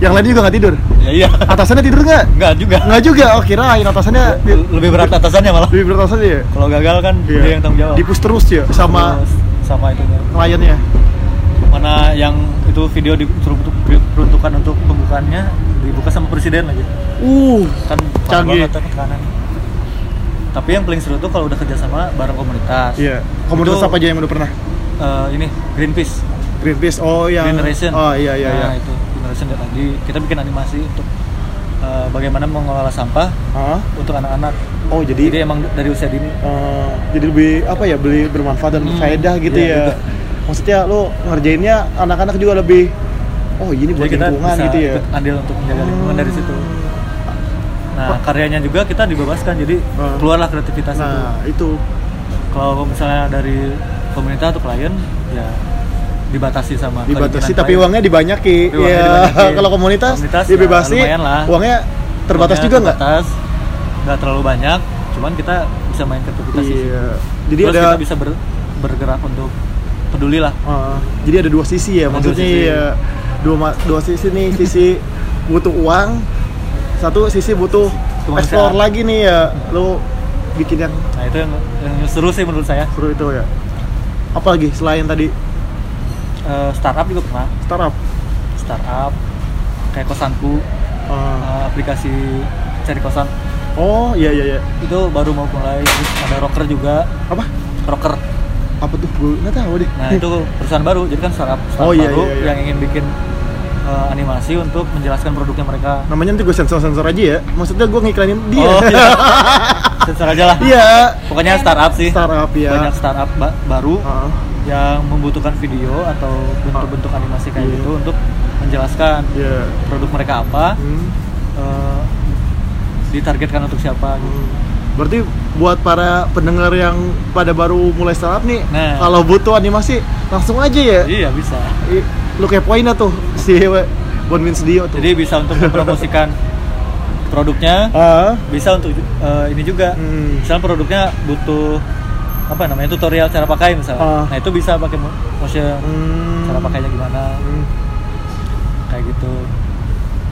Speaker 2: yang lain juga nggak tidur
Speaker 3: ya iya
Speaker 2: atasannya tidur nggak
Speaker 3: enggak juga
Speaker 2: nggak juga oh kirain atasannya di-
Speaker 3: lebih berat atasannya malah
Speaker 2: lebih berat atasannya ya
Speaker 3: kalau gagal kan
Speaker 2: Iya.
Speaker 3: dia yang tanggung jawab Iya.
Speaker 2: dipus terus ya sama
Speaker 3: Terus sama itunya
Speaker 2: kliennya
Speaker 3: mana yang itu video diperuntukkan untuk pembukaannya dibuka sama presiden lagi
Speaker 2: uh
Speaker 3: kan parah
Speaker 2: Canggih.
Speaker 3: banget kan tekanan. tapi yang paling seru tuh kalau udah kerja sama bareng komunitas
Speaker 2: iya komunitas
Speaker 3: Itu,
Speaker 2: apa aja yang udah pernah
Speaker 3: eh, ini Greenpeace
Speaker 2: Greenpeace oh yang
Speaker 3: Generation
Speaker 2: oh iya iya iya
Speaker 3: nah itu Generation dari tadi kita bikin animasi untuk eh, bagaimana mengelola sampah
Speaker 2: Hah?
Speaker 3: untuk anak-anak
Speaker 2: oh jadi
Speaker 3: jadi emang dari usia dini
Speaker 2: eh, jadi lebih apa ya beli bermanfaat dan
Speaker 3: Hmm,
Speaker 2: berfaedah gitu
Speaker 3: iya,
Speaker 2: ya
Speaker 3: gitu.
Speaker 2: maksudnya lo ngerjainnya anak-anak juga lebih oh ini buat
Speaker 3: jadi kita
Speaker 2: lingkungan
Speaker 3: bisa
Speaker 2: gitu ya
Speaker 3: ikut andil untuk menjaga lingkungan dari situ nah
Speaker 2: Wah.
Speaker 3: karyanya juga kita dibebaskan jadi
Speaker 2: Hmm.
Speaker 3: keluarlah kreativitas itu
Speaker 2: nah itu
Speaker 3: kalau misalnya dari pemerintah atau klien ya dibatasi sama
Speaker 2: dibatasi
Speaker 3: keinginan
Speaker 2: tapi
Speaker 3: klien.
Speaker 2: uangnya dibanyaki
Speaker 3: Tapi uangnya
Speaker 2: ya
Speaker 3: dibanyaki.
Speaker 2: kalau komunitas,
Speaker 3: Komunitas ya
Speaker 2: dibebasi
Speaker 3: lumayan lah.
Speaker 2: uangnya terbatas
Speaker 3: Uangnya
Speaker 2: juga nggak
Speaker 3: terbatas nggak terlalu banyak cuman kita bisa main kreativitas di situ.
Speaker 2: iya jadi
Speaker 3: Terus
Speaker 2: ada
Speaker 3: kita bisa ber- bergerak untuk peduli lah
Speaker 2: eh, jadi ada dua sisi ya
Speaker 3: Ada
Speaker 2: maksudnya
Speaker 3: dua sisi.
Speaker 2: ya dua ma- dua sisi nih sisi butuh uang satu sisi butuh
Speaker 3: Kemanusiaan.
Speaker 2: explore lagi nih ya lo bikin yang
Speaker 3: nah itu yang, yang seru sih menurut saya
Speaker 2: seru itu ya apalagi selain tadi
Speaker 3: Eh, startup juga pernah
Speaker 2: startup
Speaker 3: startup kayak kosanku
Speaker 2: Eh,
Speaker 3: eh, aplikasi cari kosan
Speaker 2: oh iya iya iya
Speaker 3: itu baru mau mulai Terus ada rocker juga
Speaker 2: apa
Speaker 3: rocker
Speaker 2: apa tuh gue nggak tahu deh
Speaker 3: Nah itu perusahaan baru, jadi kan startup, startup
Speaker 2: Oh, iya,
Speaker 3: baru
Speaker 2: iya, iya.
Speaker 3: yang ingin bikin eh, animasi untuk menjelaskan produknya mereka.
Speaker 2: namanya nanti gue sensor sensor aja ya maksudnya gue ngiklanin dia
Speaker 3: Oh, iya. Sensor aja lah.
Speaker 2: iya
Speaker 3: Pokoknya startup sih.
Speaker 2: startup ya
Speaker 3: Iya. Banyak startup ba- baru
Speaker 2: Heeh.
Speaker 3: yang membutuhkan video atau bentuk-bentuk animasi kayak
Speaker 2: Iya.
Speaker 3: gitu untuk menjelaskan
Speaker 2: iya
Speaker 3: produk mereka apa,
Speaker 2: Hmm.
Speaker 3: eh, ditargetkan untuk siapa gitu.
Speaker 2: berarti buat para pendengar yang pada baru mulai startup nih
Speaker 3: Nah.
Speaker 2: kalau butuh animasi langsung aja ya
Speaker 3: Iya bisa.
Speaker 2: I- lu kepoin dah tuh si Bon Vince Dio tuh
Speaker 3: Jadi bisa untuk mempromosikan produknya,
Speaker 2: Ah.
Speaker 3: bisa untuk eh, ini juga
Speaker 2: Hmm.
Speaker 3: misalnya produknya butuh apa namanya tutorial cara pakai misalnya
Speaker 2: Ah.
Speaker 3: nah itu bisa pakai mo- motion
Speaker 2: Hmm.
Speaker 3: cara pakainya gimana
Speaker 2: Hmm.
Speaker 3: kayak gitu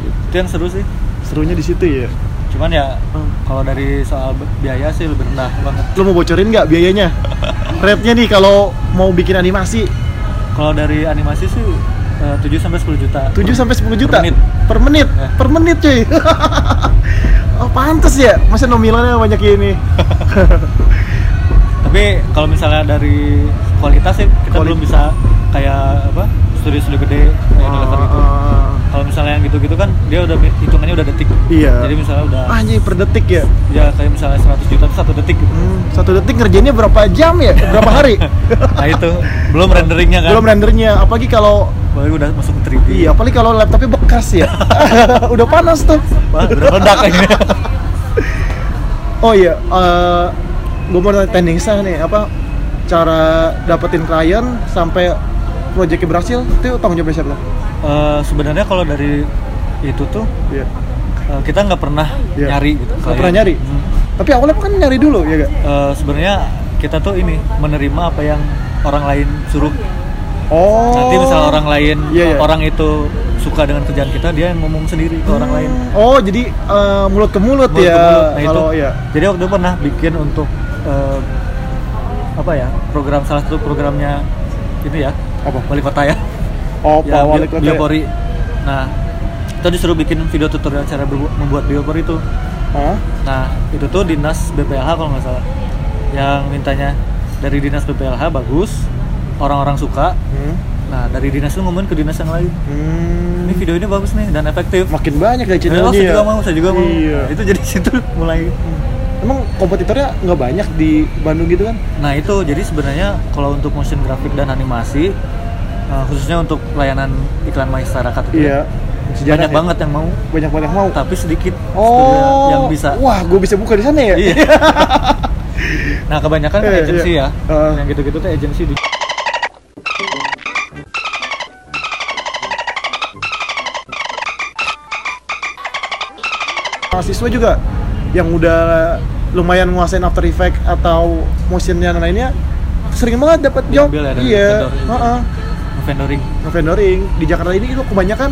Speaker 3: itu yang seru sih
Speaker 2: serunya di situ ya
Speaker 3: cuman ya
Speaker 2: Hmm.
Speaker 3: kalau dari soal be- biaya sih lebih rendah banget
Speaker 2: lu mau bocorin nggak biayanya? Rate-nya nih kalau mau bikin animasi
Speaker 3: kalau dari animasi sih eh, 7 sampai 10 juta
Speaker 2: 7 sampai 10 juta
Speaker 3: menit.
Speaker 2: per menit.
Speaker 3: Ya.
Speaker 2: Per menit, cuy. oh, pantas ya. Masa nominalnya banyak ini.
Speaker 3: tapi kalau misalnya dari kualitas sih kita
Speaker 2: Kuali-
Speaker 3: belum bisa kayak apa studio-studio gede kayak di level itu
Speaker 2: Ah,
Speaker 3: kalau misalnya yang gitu-gitu kan dia udah hitungannya udah detik
Speaker 2: Iya.
Speaker 3: jadi misalnya udah
Speaker 2: ah, anjing per detik ya.
Speaker 3: ya kayak misalnya 100 juta itu satu detik gitu
Speaker 2: Hmm, satu detik ngerjainnya berapa jam ya? Berapa hari?
Speaker 3: nah itu belum renderingnya kan
Speaker 2: Belum rendernya, apalagi kalau
Speaker 3: baru udah masuk ke 3D
Speaker 2: iya, apalagi kalau laptopnya bekas ya. Udah panas tuh.
Speaker 3: Wah, udah meledak kayaknya
Speaker 2: Oh iya, gue mau tanya tanding saya nih apa cara dapetin klien sampai proyeknya berhasil itu tanggung jawabnya siapa?
Speaker 3: Eh, sebenarnya kalau dari itu tuh
Speaker 2: Iya.
Speaker 3: eh, kita nggak pernah
Speaker 2: Iya.
Speaker 3: nyari gitu
Speaker 2: Nggak
Speaker 3: klien.
Speaker 2: pernah nyari?
Speaker 3: Hmm.
Speaker 2: Tapi awalnya kan nyari dulu ya gak?
Speaker 3: Eh, sebenarnya kita tuh ini menerima apa yang orang lain suruh
Speaker 2: Oh.
Speaker 3: nanti misalnya orang lain
Speaker 2: Iya, iya.
Speaker 3: orang itu suka dengan kerjaan kita dia yang ngomong sendiri ke orang lain
Speaker 2: Oh jadi eh, mulut ke mulut,
Speaker 3: Mulut ke
Speaker 2: ya?
Speaker 3: mulut. Nah,
Speaker 2: Kalau
Speaker 3: itu
Speaker 2: ya.
Speaker 3: jadi waktu itu pernah bikin untuk eh, apa ya program salah satu programnya itu ya
Speaker 2: Apa?
Speaker 3: wali kota ya
Speaker 2: Oh,
Speaker 3: ya,
Speaker 2: Pak Wali
Speaker 3: bio-
Speaker 2: Kota ya?
Speaker 3: biopori nah kita disuruh bikin video tutorial cara berbu- membuat biopori itu
Speaker 2: Hah?
Speaker 3: nah itu tuh dinas BPLH kalau nggak salah yang mintanya dari dinas BPLH bagus orang-orang suka
Speaker 2: Hmm.
Speaker 3: nah dari dinas itu ngomongin ke dinas yang lain
Speaker 2: Hmm.
Speaker 3: ini video ini bagus nih dan efektif
Speaker 2: Makin banyak ya
Speaker 3: Eh,
Speaker 2: channelnya
Speaker 3: oh, saya
Speaker 2: ya?
Speaker 3: juga mau, saya juga mau.
Speaker 2: Iya.
Speaker 3: Nah, Itu jadi situ mulai.
Speaker 2: Emang kompetitornya nggak banyak di Bandung gitu kan?
Speaker 3: Nah itu jadi sebenarnya kalau untuk motion graphic dan animasi, eh, khususnya untuk layanan iklan masyarakat itu,
Speaker 2: Iya. Sejarah
Speaker 3: banyak
Speaker 2: ya?
Speaker 3: banget yang mau
Speaker 2: Banyak banget yang mau.
Speaker 3: tapi sedikit studio
Speaker 2: Oh,
Speaker 3: yang bisa.
Speaker 2: Wah, gue bisa buka di sana ya?
Speaker 3: Iya. nah, kebanyakan
Speaker 2: Iya,
Speaker 3: agensi
Speaker 2: iya.
Speaker 3: ya.
Speaker 2: Heeh.
Speaker 3: Yang gitu-gitu tuh agensi di
Speaker 2: mahasiswa juga yang udah lumayan nguasain After Effect atau motionnya dan lainnya sering banget dapat job.
Speaker 3: Diambil ya dari
Speaker 2: iya,
Speaker 3: vendor.
Speaker 2: heeh.
Speaker 3: vendoring
Speaker 2: Vendoring di Jakarta ini itu kebanyakan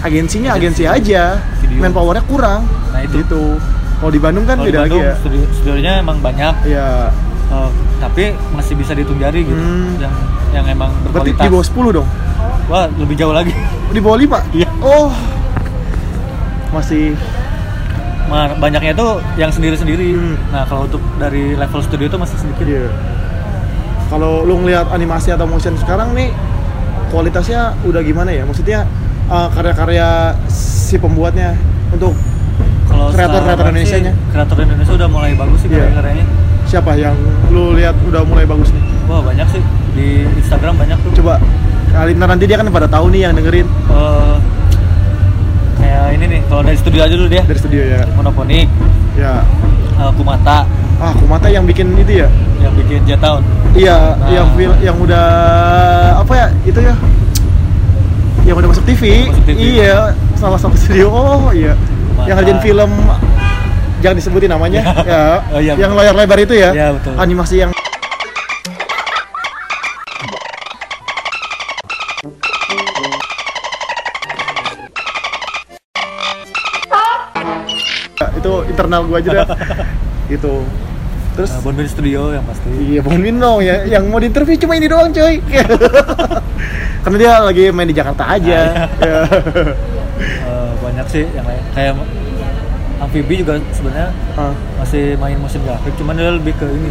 Speaker 2: agensinya agensi aja,
Speaker 3: Video.
Speaker 2: manpowernya kurang.
Speaker 3: Nah, itu.
Speaker 2: gitu. Kalau di Bandung kan
Speaker 3: Kalau di
Speaker 2: beda lagi
Speaker 3: Bandung
Speaker 2: ya.
Speaker 3: studi- studionya emang banyak
Speaker 2: Iya.
Speaker 3: eh, tapi masih bisa dihitung jari gitu
Speaker 2: Hmm.
Speaker 3: yang yang emang
Speaker 2: Berarti
Speaker 3: berkualitas
Speaker 2: di bawah 10 dong.
Speaker 3: wah lebih jauh lagi
Speaker 2: Di bawah 5?
Speaker 3: Iya.
Speaker 2: Oh. Masih
Speaker 3: Ma- banyaknya itu yang sendiri-sendiri
Speaker 2: Hmm.
Speaker 3: nah kalau untuk dari level studio itu masih sedikit
Speaker 2: Iya. Kalau lu ngelihat animasi atau motion sekarang nih kualitasnya udah gimana ya? Maksudnya eh, karya-karya si pembuatnya untuk
Speaker 3: kalau
Speaker 2: Kreator-kreator
Speaker 3: sekarang sih,
Speaker 2: Indonesianya.
Speaker 3: kreator Indonesia udah mulai bagus sih
Speaker 2: Iya.
Speaker 3: karya-karyanya
Speaker 2: siapa yang lu lihat udah mulai bagus nih?
Speaker 3: wah banyak sih di Instagram banyak tuh
Speaker 2: Coba kali ntar nanti dia kan pada tahu nih yang dengerin
Speaker 3: Eh, kayak ini nih kalau dari studio aja dulu deh
Speaker 2: dari studio ya.
Speaker 3: monoponik
Speaker 2: Ya.
Speaker 3: eh, kumata
Speaker 2: Ah, Kumata yang bikin itu ya?
Speaker 3: yang bikin Jet Town
Speaker 2: Iya,
Speaker 3: Nah.
Speaker 2: yang fil- yang udah apa ya? Itu ya. Yang udah masuk TV.
Speaker 3: Masuk TV.
Speaker 2: Iya, salah satu studio. Oh, iya.
Speaker 3: Kumata.
Speaker 2: Yang ngerjain film jangan disebutin namanya ya.
Speaker 3: Oh, iya,
Speaker 2: yang
Speaker 3: betul.
Speaker 2: layar lebar itu ya.
Speaker 3: Iya, betul.
Speaker 2: Animasi yang Ya, itu internal gua aja dah. itu. Terus
Speaker 3: Eh, Bonbon Studio yang pasti
Speaker 2: Iya, Bon Win dong ya. Yang mau diinterview cuma ini doang, coy. Karena dia lagi main di Jakarta aja. Ya.
Speaker 3: Eh, banyak sih yang lain kayak Amfibi juga sebenarnya
Speaker 2: Ah.
Speaker 3: masih main motion graphic cuman dia lebih ke ini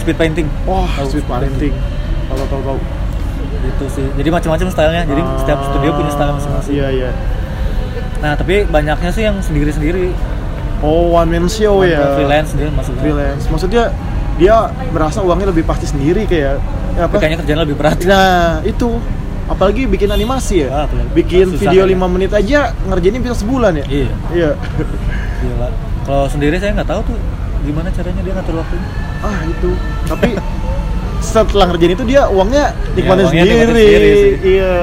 Speaker 3: speed painting
Speaker 2: Wah,
Speaker 3: Tahu
Speaker 2: sweet parenting. Kalau tahu tahu. Ah.
Speaker 3: gitu sih jadi macam-macam stylenya jadi setiap studio punya style masing-masing
Speaker 2: Iya, iya.
Speaker 3: nah tapi banyaknya sih yang sendiri-sendiri
Speaker 2: Oh, one man show
Speaker 3: Atau
Speaker 2: ya.
Speaker 3: freelance dia maksudnya
Speaker 2: Freelance. Maksudnya dia merasa uangnya lebih pasti sendiri kayak ya
Speaker 3: Tapi kayaknya kerjaan lebih berat
Speaker 2: Nah, itu apalagi bikin animasi ya.
Speaker 3: Ah, bener.
Speaker 2: bikin
Speaker 3: Susah
Speaker 2: video
Speaker 3: ya.
Speaker 2: 5 menit aja ngerjainnya bisa sebulan ya.
Speaker 3: iya
Speaker 2: Iya.
Speaker 3: gila kalau sendiri saya nggak tahu tuh gimana caranya dia ngatur waktunya
Speaker 2: ah itu tapi setelah ngerjain itu dia uangnya nikmatin
Speaker 3: Ya, uangnya
Speaker 2: sendiri.
Speaker 3: nikmatin sendiri sih.
Speaker 2: iya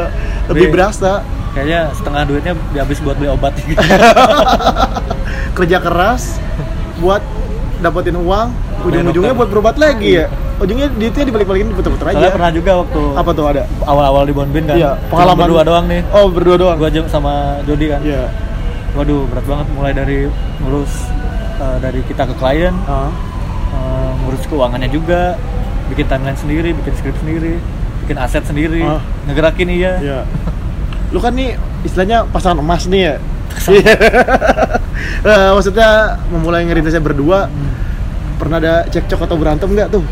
Speaker 2: lebih
Speaker 3: Tapi-
Speaker 2: berasa
Speaker 3: kayaknya setengah duitnya dihabis buat beli obat
Speaker 2: Iya. kerja keras buat dapetin uang ujung-ujungnya buat berobat lagi ya ujungnya duitnya dibalik-balikin puter-puter aja
Speaker 3: soalnya pernah juga waktu
Speaker 2: apa tuh ada
Speaker 3: awal-awal di Bonbin kan
Speaker 2: iya
Speaker 3: Cuma
Speaker 2: pengalaman
Speaker 3: berdua doang nih
Speaker 2: oh berdua doang
Speaker 3: gua aja sama Jody kan
Speaker 2: iya
Speaker 3: waduh berat banget mulai dari ngurus eh, dari kita ke klien
Speaker 2: Ah.
Speaker 3: eh, ngurus keuangannya juga bikin timeline sendiri bikin skrip sendiri bikin aset sendiri
Speaker 2: Ah.
Speaker 3: ngegerakin iya
Speaker 2: Iya. Lu kan nih istilahnya pasangan emas nih ya. Iya. Eh, maksudnya memulai ngerintisnya berdua
Speaker 3: Hmm.
Speaker 2: pernah ada cekcok atau berantem nggak tuh?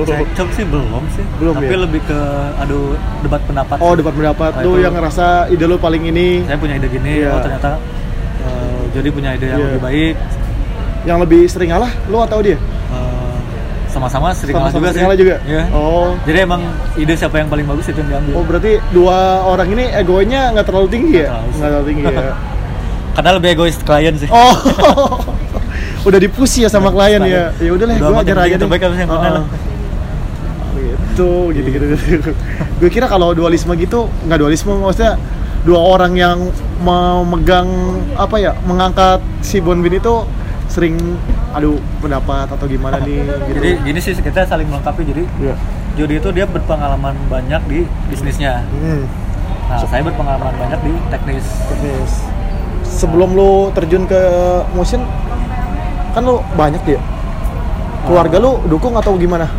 Speaker 3: cekcok sih belum sih
Speaker 2: Belum
Speaker 3: tapi
Speaker 2: ya?
Speaker 3: lebih ke adu debat pendapat
Speaker 2: oh,
Speaker 3: sih.
Speaker 2: dapat pendapat
Speaker 3: Nah,
Speaker 2: lu
Speaker 3: itu-
Speaker 2: yang ngerasa ide lu paling ini
Speaker 3: saya punya ide gini
Speaker 2: Iya.
Speaker 3: oh ternyata eh, Jody punya ide yang
Speaker 2: Iya.
Speaker 3: lebih baik
Speaker 2: yang lebih sering ngalah lu atau dia?
Speaker 3: Eh, sama-sama sering
Speaker 2: Sama-sama
Speaker 3: kalah juga
Speaker 2: sering
Speaker 3: sih
Speaker 2: ngalah juga.
Speaker 3: Iya.
Speaker 2: Oh.
Speaker 3: jadi emang ide siapa yang paling bagus itu yang diambil
Speaker 2: Oh, berarti dua orang ini egonya nggak terlalu tinggi ya?
Speaker 3: Nggak terlalu sih.
Speaker 2: Nggak terlalu tinggi ya.
Speaker 3: karena lebih egois klien sih
Speaker 2: Oh. udah dipush ya sama klien
Speaker 3: klien.
Speaker 2: ya. Ya udahlah
Speaker 3: Udah
Speaker 2: gua
Speaker 3: amat,
Speaker 2: ajar aja
Speaker 3: yang penting terbaik harus yang
Speaker 2: Heeh.
Speaker 3: mana lah.
Speaker 2: Gitu, gitu gitu. gitu. gue kira kalau dualisme gitu nggak dualisme maksudnya dua orang yang memegang apa ya mengangkat si Bonbin itu sering aduh pendapat atau gimana nih gitu.
Speaker 3: jadi gini sih kita saling melengkapi jadi
Speaker 2: Iya.
Speaker 3: Jody itu dia berpengalaman banyak di bisnisnya.
Speaker 2: Hmm,
Speaker 3: Nah, saya berpengalaman banyak di teknis.
Speaker 2: teknis. Sebelum lu terjun ke motion kan lu banyak dia. Keluarga
Speaker 3: Ah.
Speaker 2: lu dukung atau gimana?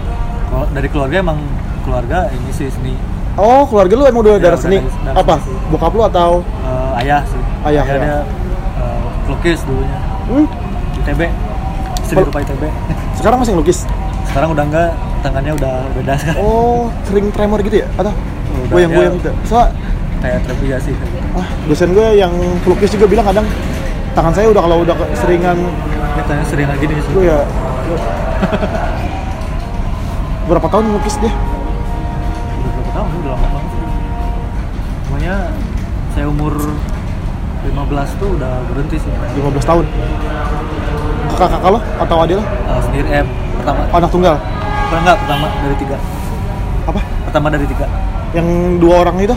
Speaker 3: Kalau dari keluarga emang keluarga ini sih seni
Speaker 2: Oh, keluarga lu emang udah
Speaker 3: Ya,
Speaker 2: darah
Speaker 3: udah
Speaker 2: seni?
Speaker 3: dari- darah
Speaker 2: Apa?
Speaker 3: seni sih.
Speaker 2: Bokap lu atau?
Speaker 3: Eh, ayah sih.
Speaker 2: Ayah,
Speaker 3: Ayah
Speaker 2: ya.
Speaker 3: dia eh, pelukis dulunya
Speaker 2: Hmm?
Speaker 3: di TB. Seni
Speaker 2: Pel-
Speaker 3: rupa ITB.
Speaker 2: Sekarang masih ngelukis?
Speaker 3: Sekarang udah enggak, tangannya udah beda sekarang.
Speaker 2: Oh, sering tremor gitu ya? Atau
Speaker 3: Udah,
Speaker 2: goyang-goyang
Speaker 3: ya.
Speaker 2: gitu? Soalnya,
Speaker 3: Kayak terbiasa sih. kayak gitu.
Speaker 2: ah, dosen gue yang pelukis juga bilang kadang tangan saya udah kalau udah seringan
Speaker 3: Ini tanya sering lagi nih sih.
Speaker 2: gue ya berapa tahun ngelukis dia?
Speaker 3: Udah berapa tahun? Udah lama banget. sih. Pokoknya saya umur 15 tuh udah berhenti sih.
Speaker 2: 15 tahun kakak-kakak lo atau adik lo?
Speaker 3: Eh, sendiri eh pertama.
Speaker 2: anak tunggal?
Speaker 3: Apa enggak pertama dari tiga?
Speaker 2: apa?
Speaker 3: Pertama dari tiga.
Speaker 2: yang dua orang itu?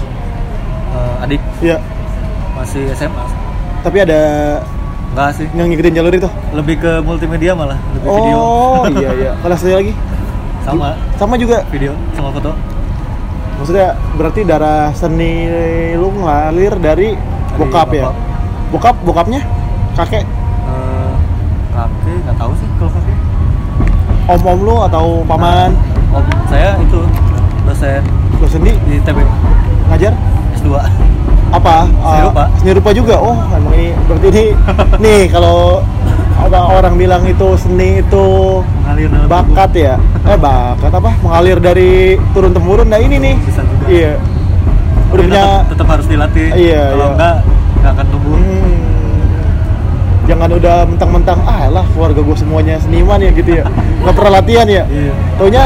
Speaker 3: Eh, adik
Speaker 2: iya
Speaker 3: masih SMA
Speaker 2: tapi ada
Speaker 3: Enggak sih.
Speaker 2: yang ngikutin jalur itu
Speaker 3: Lebih ke multimedia malah, lebih video.
Speaker 2: oh iya iya kalau satu lagi
Speaker 3: Sama
Speaker 2: sama juga
Speaker 3: video sama foto.
Speaker 2: maksudnya berarti darah seni lu ngalir dari bokap ya
Speaker 3: bokap.
Speaker 2: bokap bokapnya kakek
Speaker 3: Eh, kakek nggak tahu sih kalau kakek.
Speaker 2: om om lu atau paman
Speaker 3: Om Oh, saya itu dosen
Speaker 2: lu sendiri
Speaker 3: di TB
Speaker 2: ngajar
Speaker 3: S2.
Speaker 2: apa
Speaker 3: Seni
Speaker 2: Eh,
Speaker 3: rupa.
Speaker 2: seni rupa juga oh emang ini berarti ini nih kalau ada orang bilang itu seni itu
Speaker 3: Mengalir dalam
Speaker 2: bakat ya eh bakat apa mengalir dari turun temurun nah ini nih
Speaker 3: Bisa juga.
Speaker 2: iya
Speaker 3: tubuh.
Speaker 2: udah
Speaker 3: Tapi
Speaker 2: punya
Speaker 3: tetap, tetap harus dilatih.
Speaker 2: Iya,
Speaker 3: kalau
Speaker 2: iya.
Speaker 3: enggak nggak akan tumbuh.
Speaker 2: Hmm. jangan udah mentang-mentang ah lah keluarga gue semuanya seniman ya gitu ya nggak pernah latihan ya
Speaker 3: Iya.
Speaker 2: taunya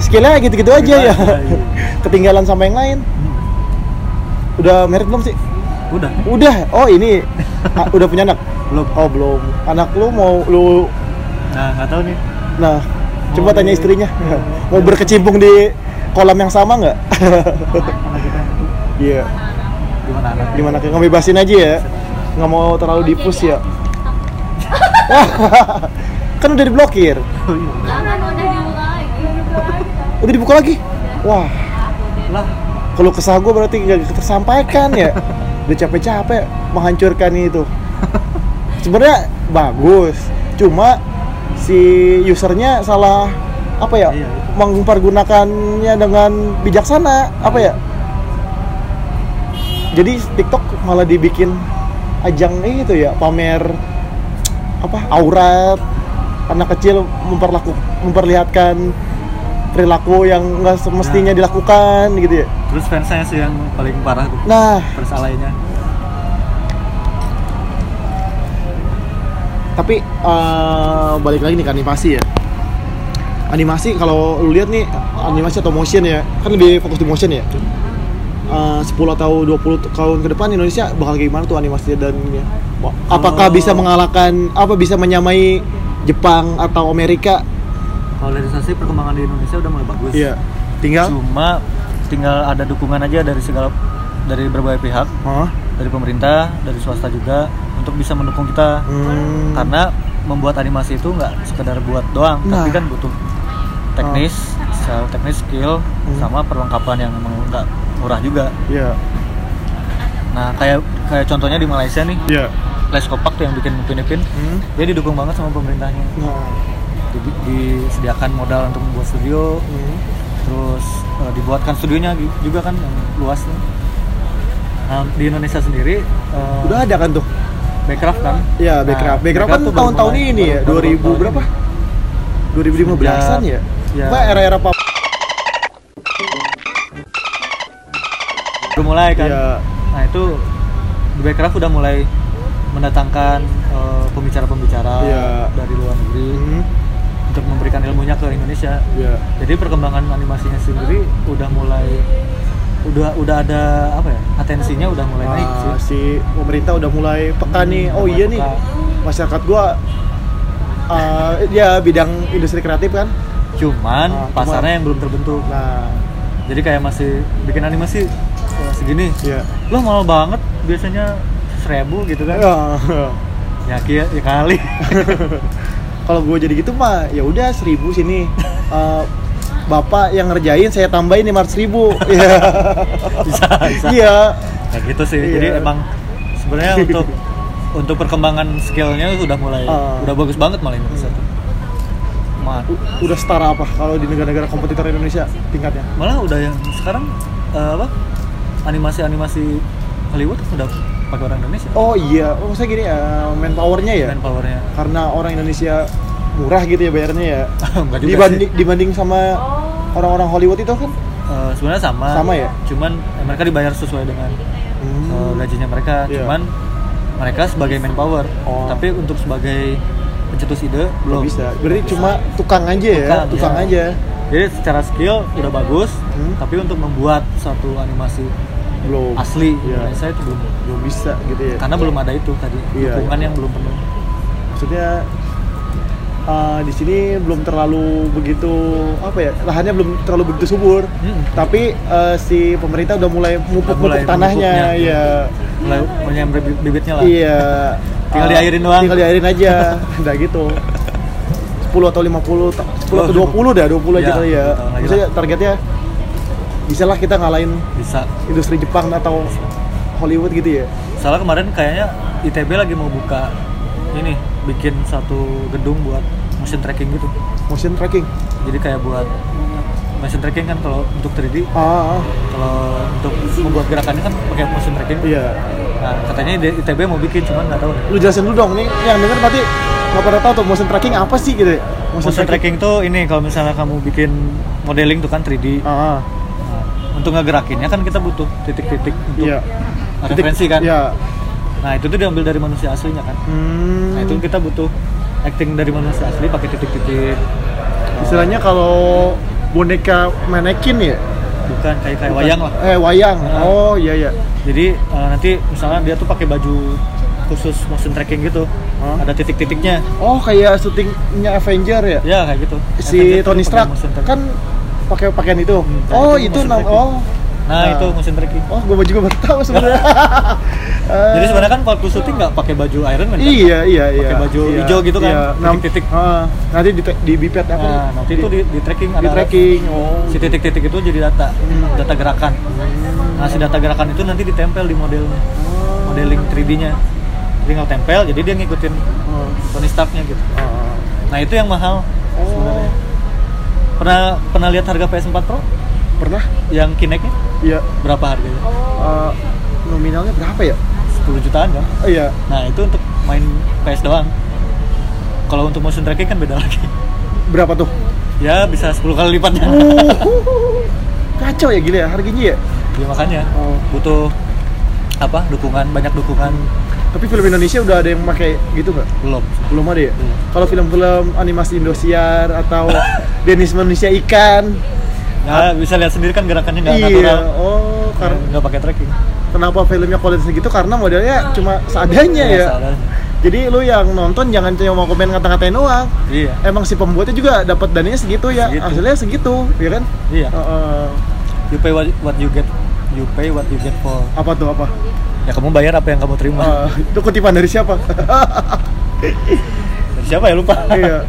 Speaker 2: skillnya gitu-gitu aja
Speaker 3: Gitu
Speaker 2: ya
Speaker 3: aja, iya.
Speaker 2: ketinggalan sama yang lain udah merit belum sih
Speaker 3: Udah.
Speaker 2: udah oh ini ah, udah punya anak
Speaker 3: Belum.
Speaker 2: oh belum anak lu mau lu
Speaker 3: Nah, nggak tahu nih.
Speaker 2: nah coba
Speaker 3: Mau
Speaker 2: tanya
Speaker 3: di- Iya,
Speaker 2: istrinya mau berkecimpung di kolam yang sama nggak
Speaker 3: Anak kita
Speaker 2: iya
Speaker 3: gimana anak?
Speaker 2: gimana kayak ngebebasin aja ya nggak mau terlalu dipus ya kan udah diblokir
Speaker 3: Oh, iya.
Speaker 4: Jangan udah Iya, gitu dibuka lagi. kan.
Speaker 2: udah dibuka lagi wah
Speaker 3: Lah,
Speaker 2: kalau kesah gue berarti nggak tersampaikan ya udah capek-capek menghancurkan itu sebenarnya bagus cuma si usernya salah apa ya
Speaker 3: Iya.
Speaker 2: mempergunakannya dengan bijaksana apa ya jadi TikTok malah dibikin ajang itu ya pamer apa aurat anak kecil memperlaku memperlihatkan perilaku yang nggak semestinya
Speaker 3: Nah.
Speaker 2: dilakukan gitu ya
Speaker 3: terus fans saya sih yang paling parah tuh.
Speaker 2: nah
Speaker 3: persalainya.
Speaker 2: tapi eh, balik lagi nih ke animasi ya animasi kalau lu lihat nih animasi atau motion ya kan lebih fokus di motion ya Eh, 10 atau 20 t- tahun ke depan Indonesia bakal kayak gimana tuh animasi dan ya? apakah
Speaker 3: Oh.
Speaker 2: bisa mengalahkan apa bisa menyamai Jepang atau Amerika
Speaker 3: Kalau dari saya sih perkembangan di Indonesia udah mulai bagus.
Speaker 2: iya tinggal
Speaker 3: Cuma tinggal ada dukungan aja dari segala dari berbagai pihak,
Speaker 2: Hah?
Speaker 3: dari pemerintah, dari swasta juga untuk bisa mendukung kita.
Speaker 2: Hmm.
Speaker 3: Karena membuat animasi itu nggak sekedar buat doang, tapi
Speaker 2: Nah. Oh.
Speaker 3: kan butuh teknis, secara teknis skill
Speaker 2: Hmm.
Speaker 3: sama perlengkapan yang emang nggak murah juga.
Speaker 2: iya
Speaker 3: Nah, kayak kayak contohnya di Malaysia nih,
Speaker 2: iya
Speaker 3: Les Kopak tuh yang bikin Upin Ipin,
Speaker 2: Hmm.
Speaker 3: dia didukung banget sama pemerintahnya.
Speaker 2: nah
Speaker 3: Di- disediakan modal untuk membuat studio,
Speaker 2: hmm.
Speaker 3: terus eh, dibuatkan studionya ju- juga kan yang luas nih. Nah, di Indonesia sendiri eh,
Speaker 2: udah ada kan tuh
Speaker 3: Backcraft kan?
Speaker 2: Iya, Backcraft. Backcraft kan
Speaker 3: tuh baru
Speaker 2: tahun-tahun
Speaker 3: mulai-
Speaker 2: ini ya,
Speaker 3: baru- baru
Speaker 2: 2000
Speaker 3: tahun
Speaker 2: berapa?
Speaker 3: ini.
Speaker 2: 2015-an ya?
Speaker 3: Iya.
Speaker 2: Apa era-era kan? pap?
Speaker 3: Baru mulai kan.
Speaker 2: Iya.
Speaker 3: Nah, itu di Backcraft udah mulai mendatangkan eh, pembicara-pembicara
Speaker 2: Iya.
Speaker 3: dari luar negeri
Speaker 2: Hmm,
Speaker 3: untuk memberikan ilmunya ke Indonesia.
Speaker 2: Iya.
Speaker 3: Jadi perkembangan animasinya sendiri udah mulai udah udah ada apa ya? Atensinya udah mulai naik
Speaker 2: Ah,
Speaker 3: sih.
Speaker 2: si pemerintah udah mulai peka
Speaker 3: Hmm,
Speaker 2: nih.
Speaker 3: udah
Speaker 2: Oh
Speaker 3: mulai
Speaker 2: iya nih,
Speaker 3: peka.
Speaker 2: masyarakat gua eh, ya bidang industri kreatif kan.
Speaker 3: Cuman
Speaker 2: Ah, cuman-
Speaker 3: pasarnya yang belum terbentuk.
Speaker 2: Nah,
Speaker 3: Jadi kayak masih bikin animasi eh, segini.
Speaker 2: iya.
Speaker 3: Lo mahal banget biasanya seribu gitu kan?
Speaker 2: Ah,
Speaker 3: Ya, kia, ya kali.
Speaker 2: Kalau gua jadi gitu mah ya udah seribu sini. Eh, Bapak yang ngerjain saya tambahin 500 ribu Iya
Speaker 3: bisa, bisa.
Speaker 2: Iya
Speaker 3: Kayak gitu sih. Jadi
Speaker 2: Iya.
Speaker 3: emang sebenarnya untuk untuk perkembangan skillnya sudah mulai
Speaker 2: Ah. Iya.
Speaker 3: udah bagus banget malah Indonesia tuh. Ma-
Speaker 2: U- Udah setara apa kalau di negara-negara kompetitor Indonesia tingkatnya
Speaker 3: malah udah yang sekarang eh, apa animasi-animasi Hollywood udah pakai orang Indonesia.
Speaker 2: Oh iya, oh, maksudnya gini eh, manpowernya ya?
Speaker 3: Manpowernya.
Speaker 2: karena orang Indonesia murah gitu ya bayarnya ya
Speaker 3: Enggak juga
Speaker 2: dibanding
Speaker 3: sih.
Speaker 2: dibanding sama orang-orang Hollywood itu kan
Speaker 3: Eh, sebenarnya sama.
Speaker 2: Sama ya?
Speaker 3: Cuman eh, mereka dibayar sesuai dengan eh, gajinya mereka.
Speaker 2: Iya.
Speaker 3: Cuman mereka sebagai manpower.
Speaker 2: Oh.
Speaker 3: Tapi untuk sebagai pencetus ide
Speaker 2: belum
Speaker 3: belum.
Speaker 2: bisa berarti cuma tukang aja ya
Speaker 3: Tukang,
Speaker 2: tukang
Speaker 3: ya.
Speaker 2: aja
Speaker 3: Jadi secara skill udah bagus,
Speaker 2: Hmm.
Speaker 3: tapi untuk membuat satu animasi
Speaker 2: belum
Speaker 3: asli
Speaker 2: Iya.
Speaker 3: Indonesia itu belum.
Speaker 2: belum bisa gitu ya
Speaker 3: Karena belum ada itu tadi,
Speaker 2: Iya,
Speaker 3: dukungan
Speaker 2: iya.
Speaker 3: yang belum penuh.
Speaker 2: maksudnya eh, di sini belum terlalu begitu apa ya lahannya belum terlalu begitu subur
Speaker 3: Mm-mm.
Speaker 2: tapi eh, si pemerintah udah mulai
Speaker 3: Hmm. Udah
Speaker 2: mupuk-mupuk
Speaker 3: mulai
Speaker 2: tanahnya
Speaker 3: memupuknya.
Speaker 2: ya
Speaker 3: Mulai mulai yang bibitnya lah.
Speaker 2: iya
Speaker 3: Tinggal
Speaker 2: eh,
Speaker 3: diairin doang.
Speaker 2: tinggal diairin aja udah gitu 10 atau 50 ta- 10
Speaker 3: Oh,
Speaker 2: atau 20 dah 20 aja kali ya
Speaker 3: Ya, betul, lagi
Speaker 2: maksudnya targetnya bisa lah kita ngalahin
Speaker 3: bisa
Speaker 2: industri Jepang atau Hollywood gitu ya
Speaker 3: salah kemarin kayaknya ITB lagi mau buka ini bikin satu gedung buat motion tracking gitu
Speaker 2: motion tracking
Speaker 3: jadi kayak buat motion tracking kan kalau untuk 3D
Speaker 2: ah ah, ah.
Speaker 3: kalau untuk membuat gerakannya kan pakai motion tracking
Speaker 2: iya
Speaker 3: nah katanya di- ITB mau bikin cuman nggak tahu deh.
Speaker 2: lu jelasin dulu dong nih yang denger nanti nggak pada tahu tuh motion tracking apa sih gitu ya
Speaker 3: motion, tracking. tuh ini kalau misalnya kamu bikin modeling tuh kan
Speaker 2: ah
Speaker 3: 3D
Speaker 2: ah.
Speaker 3: Nah, untuk ngegerakinnya kan kita butuh titik-titik untuk
Speaker 2: iya Titik-
Speaker 3: referensi kan
Speaker 2: iya
Speaker 3: nah itu tuh diambil dari manusia aslinya kan
Speaker 2: Hmm.
Speaker 3: nah itu kita butuh acting dari manusia asli pakai titik-titik eh,
Speaker 2: istilahnya kalau boneka manekin ya
Speaker 3: bukan kayak kayak
Speaker 2: Bukan.
Speaker 3: wayang lah
Speaker 2: eh wayang
Speaker 3: Ah.
Speaker 2: oh iya iya
Speaker 3: jadi eh, nanti misalnya dia tuh pakai baju khusus motion tracking gitu
Speaker 2: Hah?
Speaker 3: ada titik-titiknya
Speaker 2: Ah. oh kayak syutingnya Avenger ya
Speaker 3: ya kayak gitu
Speaker 2: si
Speaker 3: Efeknya tuh
Speaker 2: Tony
Speaker 3: pakai
Speaker 2: Stark
Speaker 3: motion tracking.
Speaker 2: kan pakai pakaian itu
Speaker 3: Hmm,
Speaker 2: oh
Speaker 3: itu
Speaker 2: itu
Speaker 3: motion
Speaker 2: nam
Speaker 3: tracking.
Speaker 2: oh
Speaker 3: nah
Speaker 2: Ah.
Speaker 3: itu motion tracking
Speaker 2: oh gue juga baru tahu sebenarnya Eh,
Speaker 3: jadi sebenarnya kan waktu syuting nggak pakai baju Iron Man kan?
Speaker 2: iya iya iya
Speaker 3: Pakai baju
Speaker 2: iya,
Speaker 3: hijau gitu kan,
Speaker 2: iya. Nam-
Speaker 3: titik-titik.
Speaker 2: ah, nanti di di bipet apa
Speaker 3: Nah, nanti itu di, di tracking
Speaker 2: di tracking oh
Speaker 3: si titik-titik itu jadi data
Speaker 2: Hmm.
Speaker 3: data gerakan nah si data gerakan itu nanti ditempel di modelnya
Speaker 2: Oh.
Speaker 3: modeling 3D-nya tinggal tempel jadi dia ngikutin
Speaker 2: Oh.
Speaker 3: Tony Stark-nya gitu
Speaker 2: Ah.
Speaker 3: nah itu yang mahal
Speaker 2: Oh.
Speaker 3: sebenarnya pernah pernah lihat harga PS4 Pro
Speaker 2: pernah
Speaker 3: yang Kinect-nya
Speaker 2: iya
Speaker 3: berapa harganya
Speaker 2: eh, nominalnya berapa ya
Speaker 3: 10 jutaan kan
Speaker 2: Oh, iya
Speaker 3: nah itu untuk main PS doang kalau untuk motion tracking kan beda lagi
Speaker 2: berapa tuh
Speaker 3: ya bisa 10 kali lipatnya
Speaker 2: Oh. Uh, kacau ya gila ya harganya ya
Speaker 3: ya makanya
Speaker 2: Oh.
Speaker 3: butuh apa dukungan banyak dukungan
Speaker 2: tapi film Indonesia udah ada yang pakai gitu nggak
Speaker 3: belum
Speaker 2: belum ada ya
Speaker 3: Belum.
Speaker 2: kalau film-film animasi Indosiar atau Denis manusia ikan
Speaker 3: ya bisa lihat sendiri kan gerakannya nggak
Speaker 2: Ah.
Speaker 3: Iya.
Speaker 2: iya
Speaker 3: natural
Speaker 2: oh karena
Speaker 3: nggak pakai tracking
Speaker 2: kenapa filmnya kualitasnya gitu karena modelnya cuma seadanya ya
Speaker 3: Iya, Salah.
Speaker 2: jadi lu yang nonton jangan cuma komen ngata-ngatain doang
Speaker 3: iya
Speaker 2: emang si pembuatnya juga dapat dananya segitu ya
Speaker 3: Segitu.
Speaker 2: hasilnya segitu ya kan
Speaker 3: iya
Speaker 2: Heeh.
Speaker 3: you pay what, what you get you pay what you get for
Speaker 2: apa tuh apa
Speaker 3: ya kamu bayar apa yang kamu terima
Speaker 2: Eh, itu kutipan dari siapa
Speaker 3: Dari siapa ya lupa
Speaker 2: iya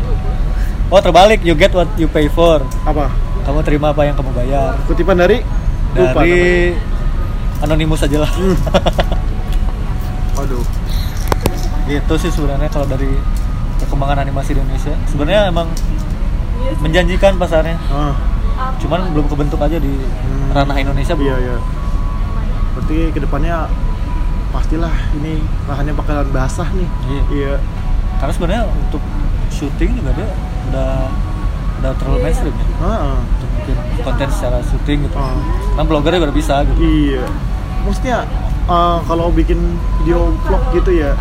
Speaker 3: oh terbalik you get what you pay for
Speaker 2: apa
Speaker 3: kamu terima apa yang kamu bayar
Speaker 2: kutipan dari Lupa namanya.
Speaker 3: dari anonimus aja lah
Speaker 2: Waduh.
Speaker 3: gitu sih sebenarnya kalau dari perkembangan animasi di Indonesia sebenarnya emang menjanjikan pasarnya
Speaker 2: Ah,
Speaker 3: cuman belum kebentuk aja di
Speaker 2: Hmm.
Speaker 3: ranah Indonesia
Speaker 2: iya
Speaker 3: belum
Speaker 2: iya. Berarti kedepannya pastilah ini lahannya bakalan basah nih.
Speaker 3: Iya.
Speaker 2: Iya.
Speaker 3: karena sebenarnya untuk syuting juga dia udah udah terlalu mainstream ya
Speaker 2: Ah, ah.
Speaker 3: untuk bikin konten secara syuting gitu
Speaker 2: Ah.
Speaker 3: kan bloggernya udah bisa gitu
Speaker 2: Iya. Maksudnya ah, kalau bikin video vlog gitu ya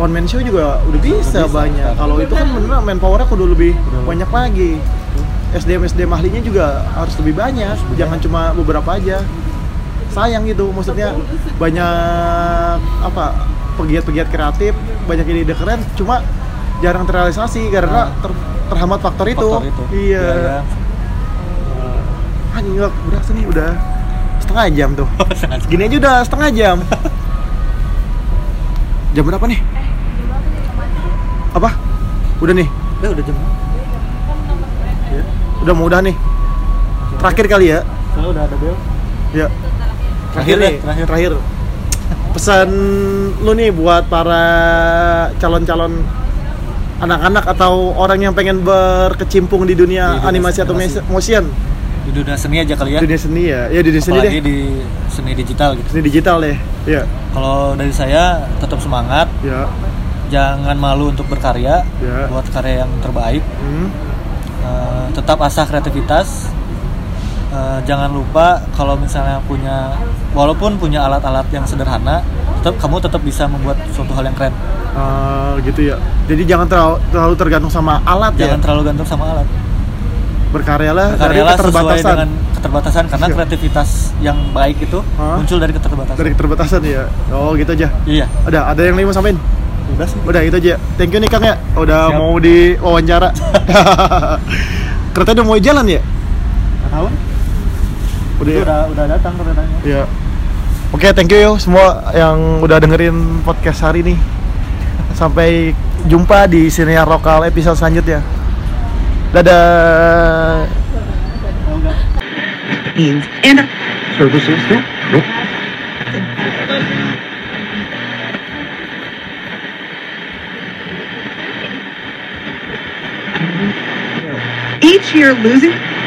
Speaker 2: one man show juga udah bisa,
Speaker 3: Udah bisa,
Speaker 2: banyak.
Speaker 3: kan.
Speaker 2: Kalau itu kan bener manpowernya kudu lebih
Speaker 3: Udah.
Speaker 2: banyak lagi. SDM SDM ahlinya juga harus lebih banyak, jangan cuma beberapa aja. Sayang gitu, maksudnya banyak apa pegiat-pegiat kreatif, banyak ide-ide keren, cuma jarang terrealisasi karena ter- terhambat Nah. faktor itu.
Speaker 3: Faktor itu
Speaker 2: Iya.
Speaker 3: ya.
Speaker 2: Anjing gila, berasa nih udah setengah jam tuh.
Speaker 3: Sengaja.
Speaker 2: Gini aja udah setengah jam. jam Eh, berapa nih? Apa? Udah nih.
Speaker 3: Eh, udah jam
Speaker 2: Udah mau udah nih. Terakhir kali ya.
Speaker 3: Soalnya udah ada bel
Speaker 2: Ya.
Speaker 3: Terakhir
Speaker 2: nih,
Speaker 3: ya, terakhir.
Speaker 2: terakhir. Pesan lu nih buat para calon-calon anak-anak atau orang yang pengen berkecimpung di dunia
Speaker 3: Di dunia
Speaker 2: animasi atau
Speaker 3: animasi.
Speaker 2: motion,
Speaker 3: di dunia seni aja kali ya
Speaker 2: dunia seni ya. Ya di dunia seni
Speaker 3: apalagi
Speaker 2: deh.
Speaker 3: di seni digital gitu
Speaker 2: Seni digital deh. Ya.
Speaker 3: kalau dari saya tetap semangat
Speaker 2: Ya.
Speaker 3: jangan malu untuk berkarya
Speaker 2: Ya.
Speaker 3: buat karya yang terbaik
Speaker 2: Hmm.
Speaker 3: Eh, tetap asah kreativitas Eh, jangan lupa kalau misalnya punya walaupun punya alat-alat yang sederhana tetap kamu tetap bisa membuat suatu hal yang keren
Speaker 2: Ah, gitu ya. Jadi jangan terlalu, terlalu tergantung sama alat
Speaker 3: jangan
Speaker 2: ya.
Speaker 3: terlalu gantung sama alat
Speaker 2: Berkaryalah,
Speaker 3: Berkaryalah
Speaker 2: dari
Speaker 3: sesuai
Speaker 2: keterbatasan.
Speaker 3: dengan keterbatasan karena
Speaker 2: Iya.
Speaker 3: kreativitas yang baik itu
Speaker 2: Hah?
Speaker 3: muncul dari keterbatasan
Speaker 2: Dari keterbatasan ya. Oh, gitu aja.
Speaker 3: iya
Speaker 2: Ada ada yang lain mau sampein?
Speaker 3: udah sih
Speaker 2: Udah gitu aja. Thank you nih Kang ya. Udah
Speaker 3: Siap.
Speaker 2: mau di wawancara. Kereta udah mau jalan ya?
Speaker 3: Nggak tahu
Speaker 2: Udah.
Speaker 3: Itu
Speaker 2: ya?
Speaker 3: udah udah datang keretanya
Speaker 2: Iya. Oke, thank you yo semua yang udah dengerin podcast hari ini. Sampai jumpa di siniar lokal episode selanjutnya. Dadah.
Speaker 5: and services. Yeah. Nope. Each year losing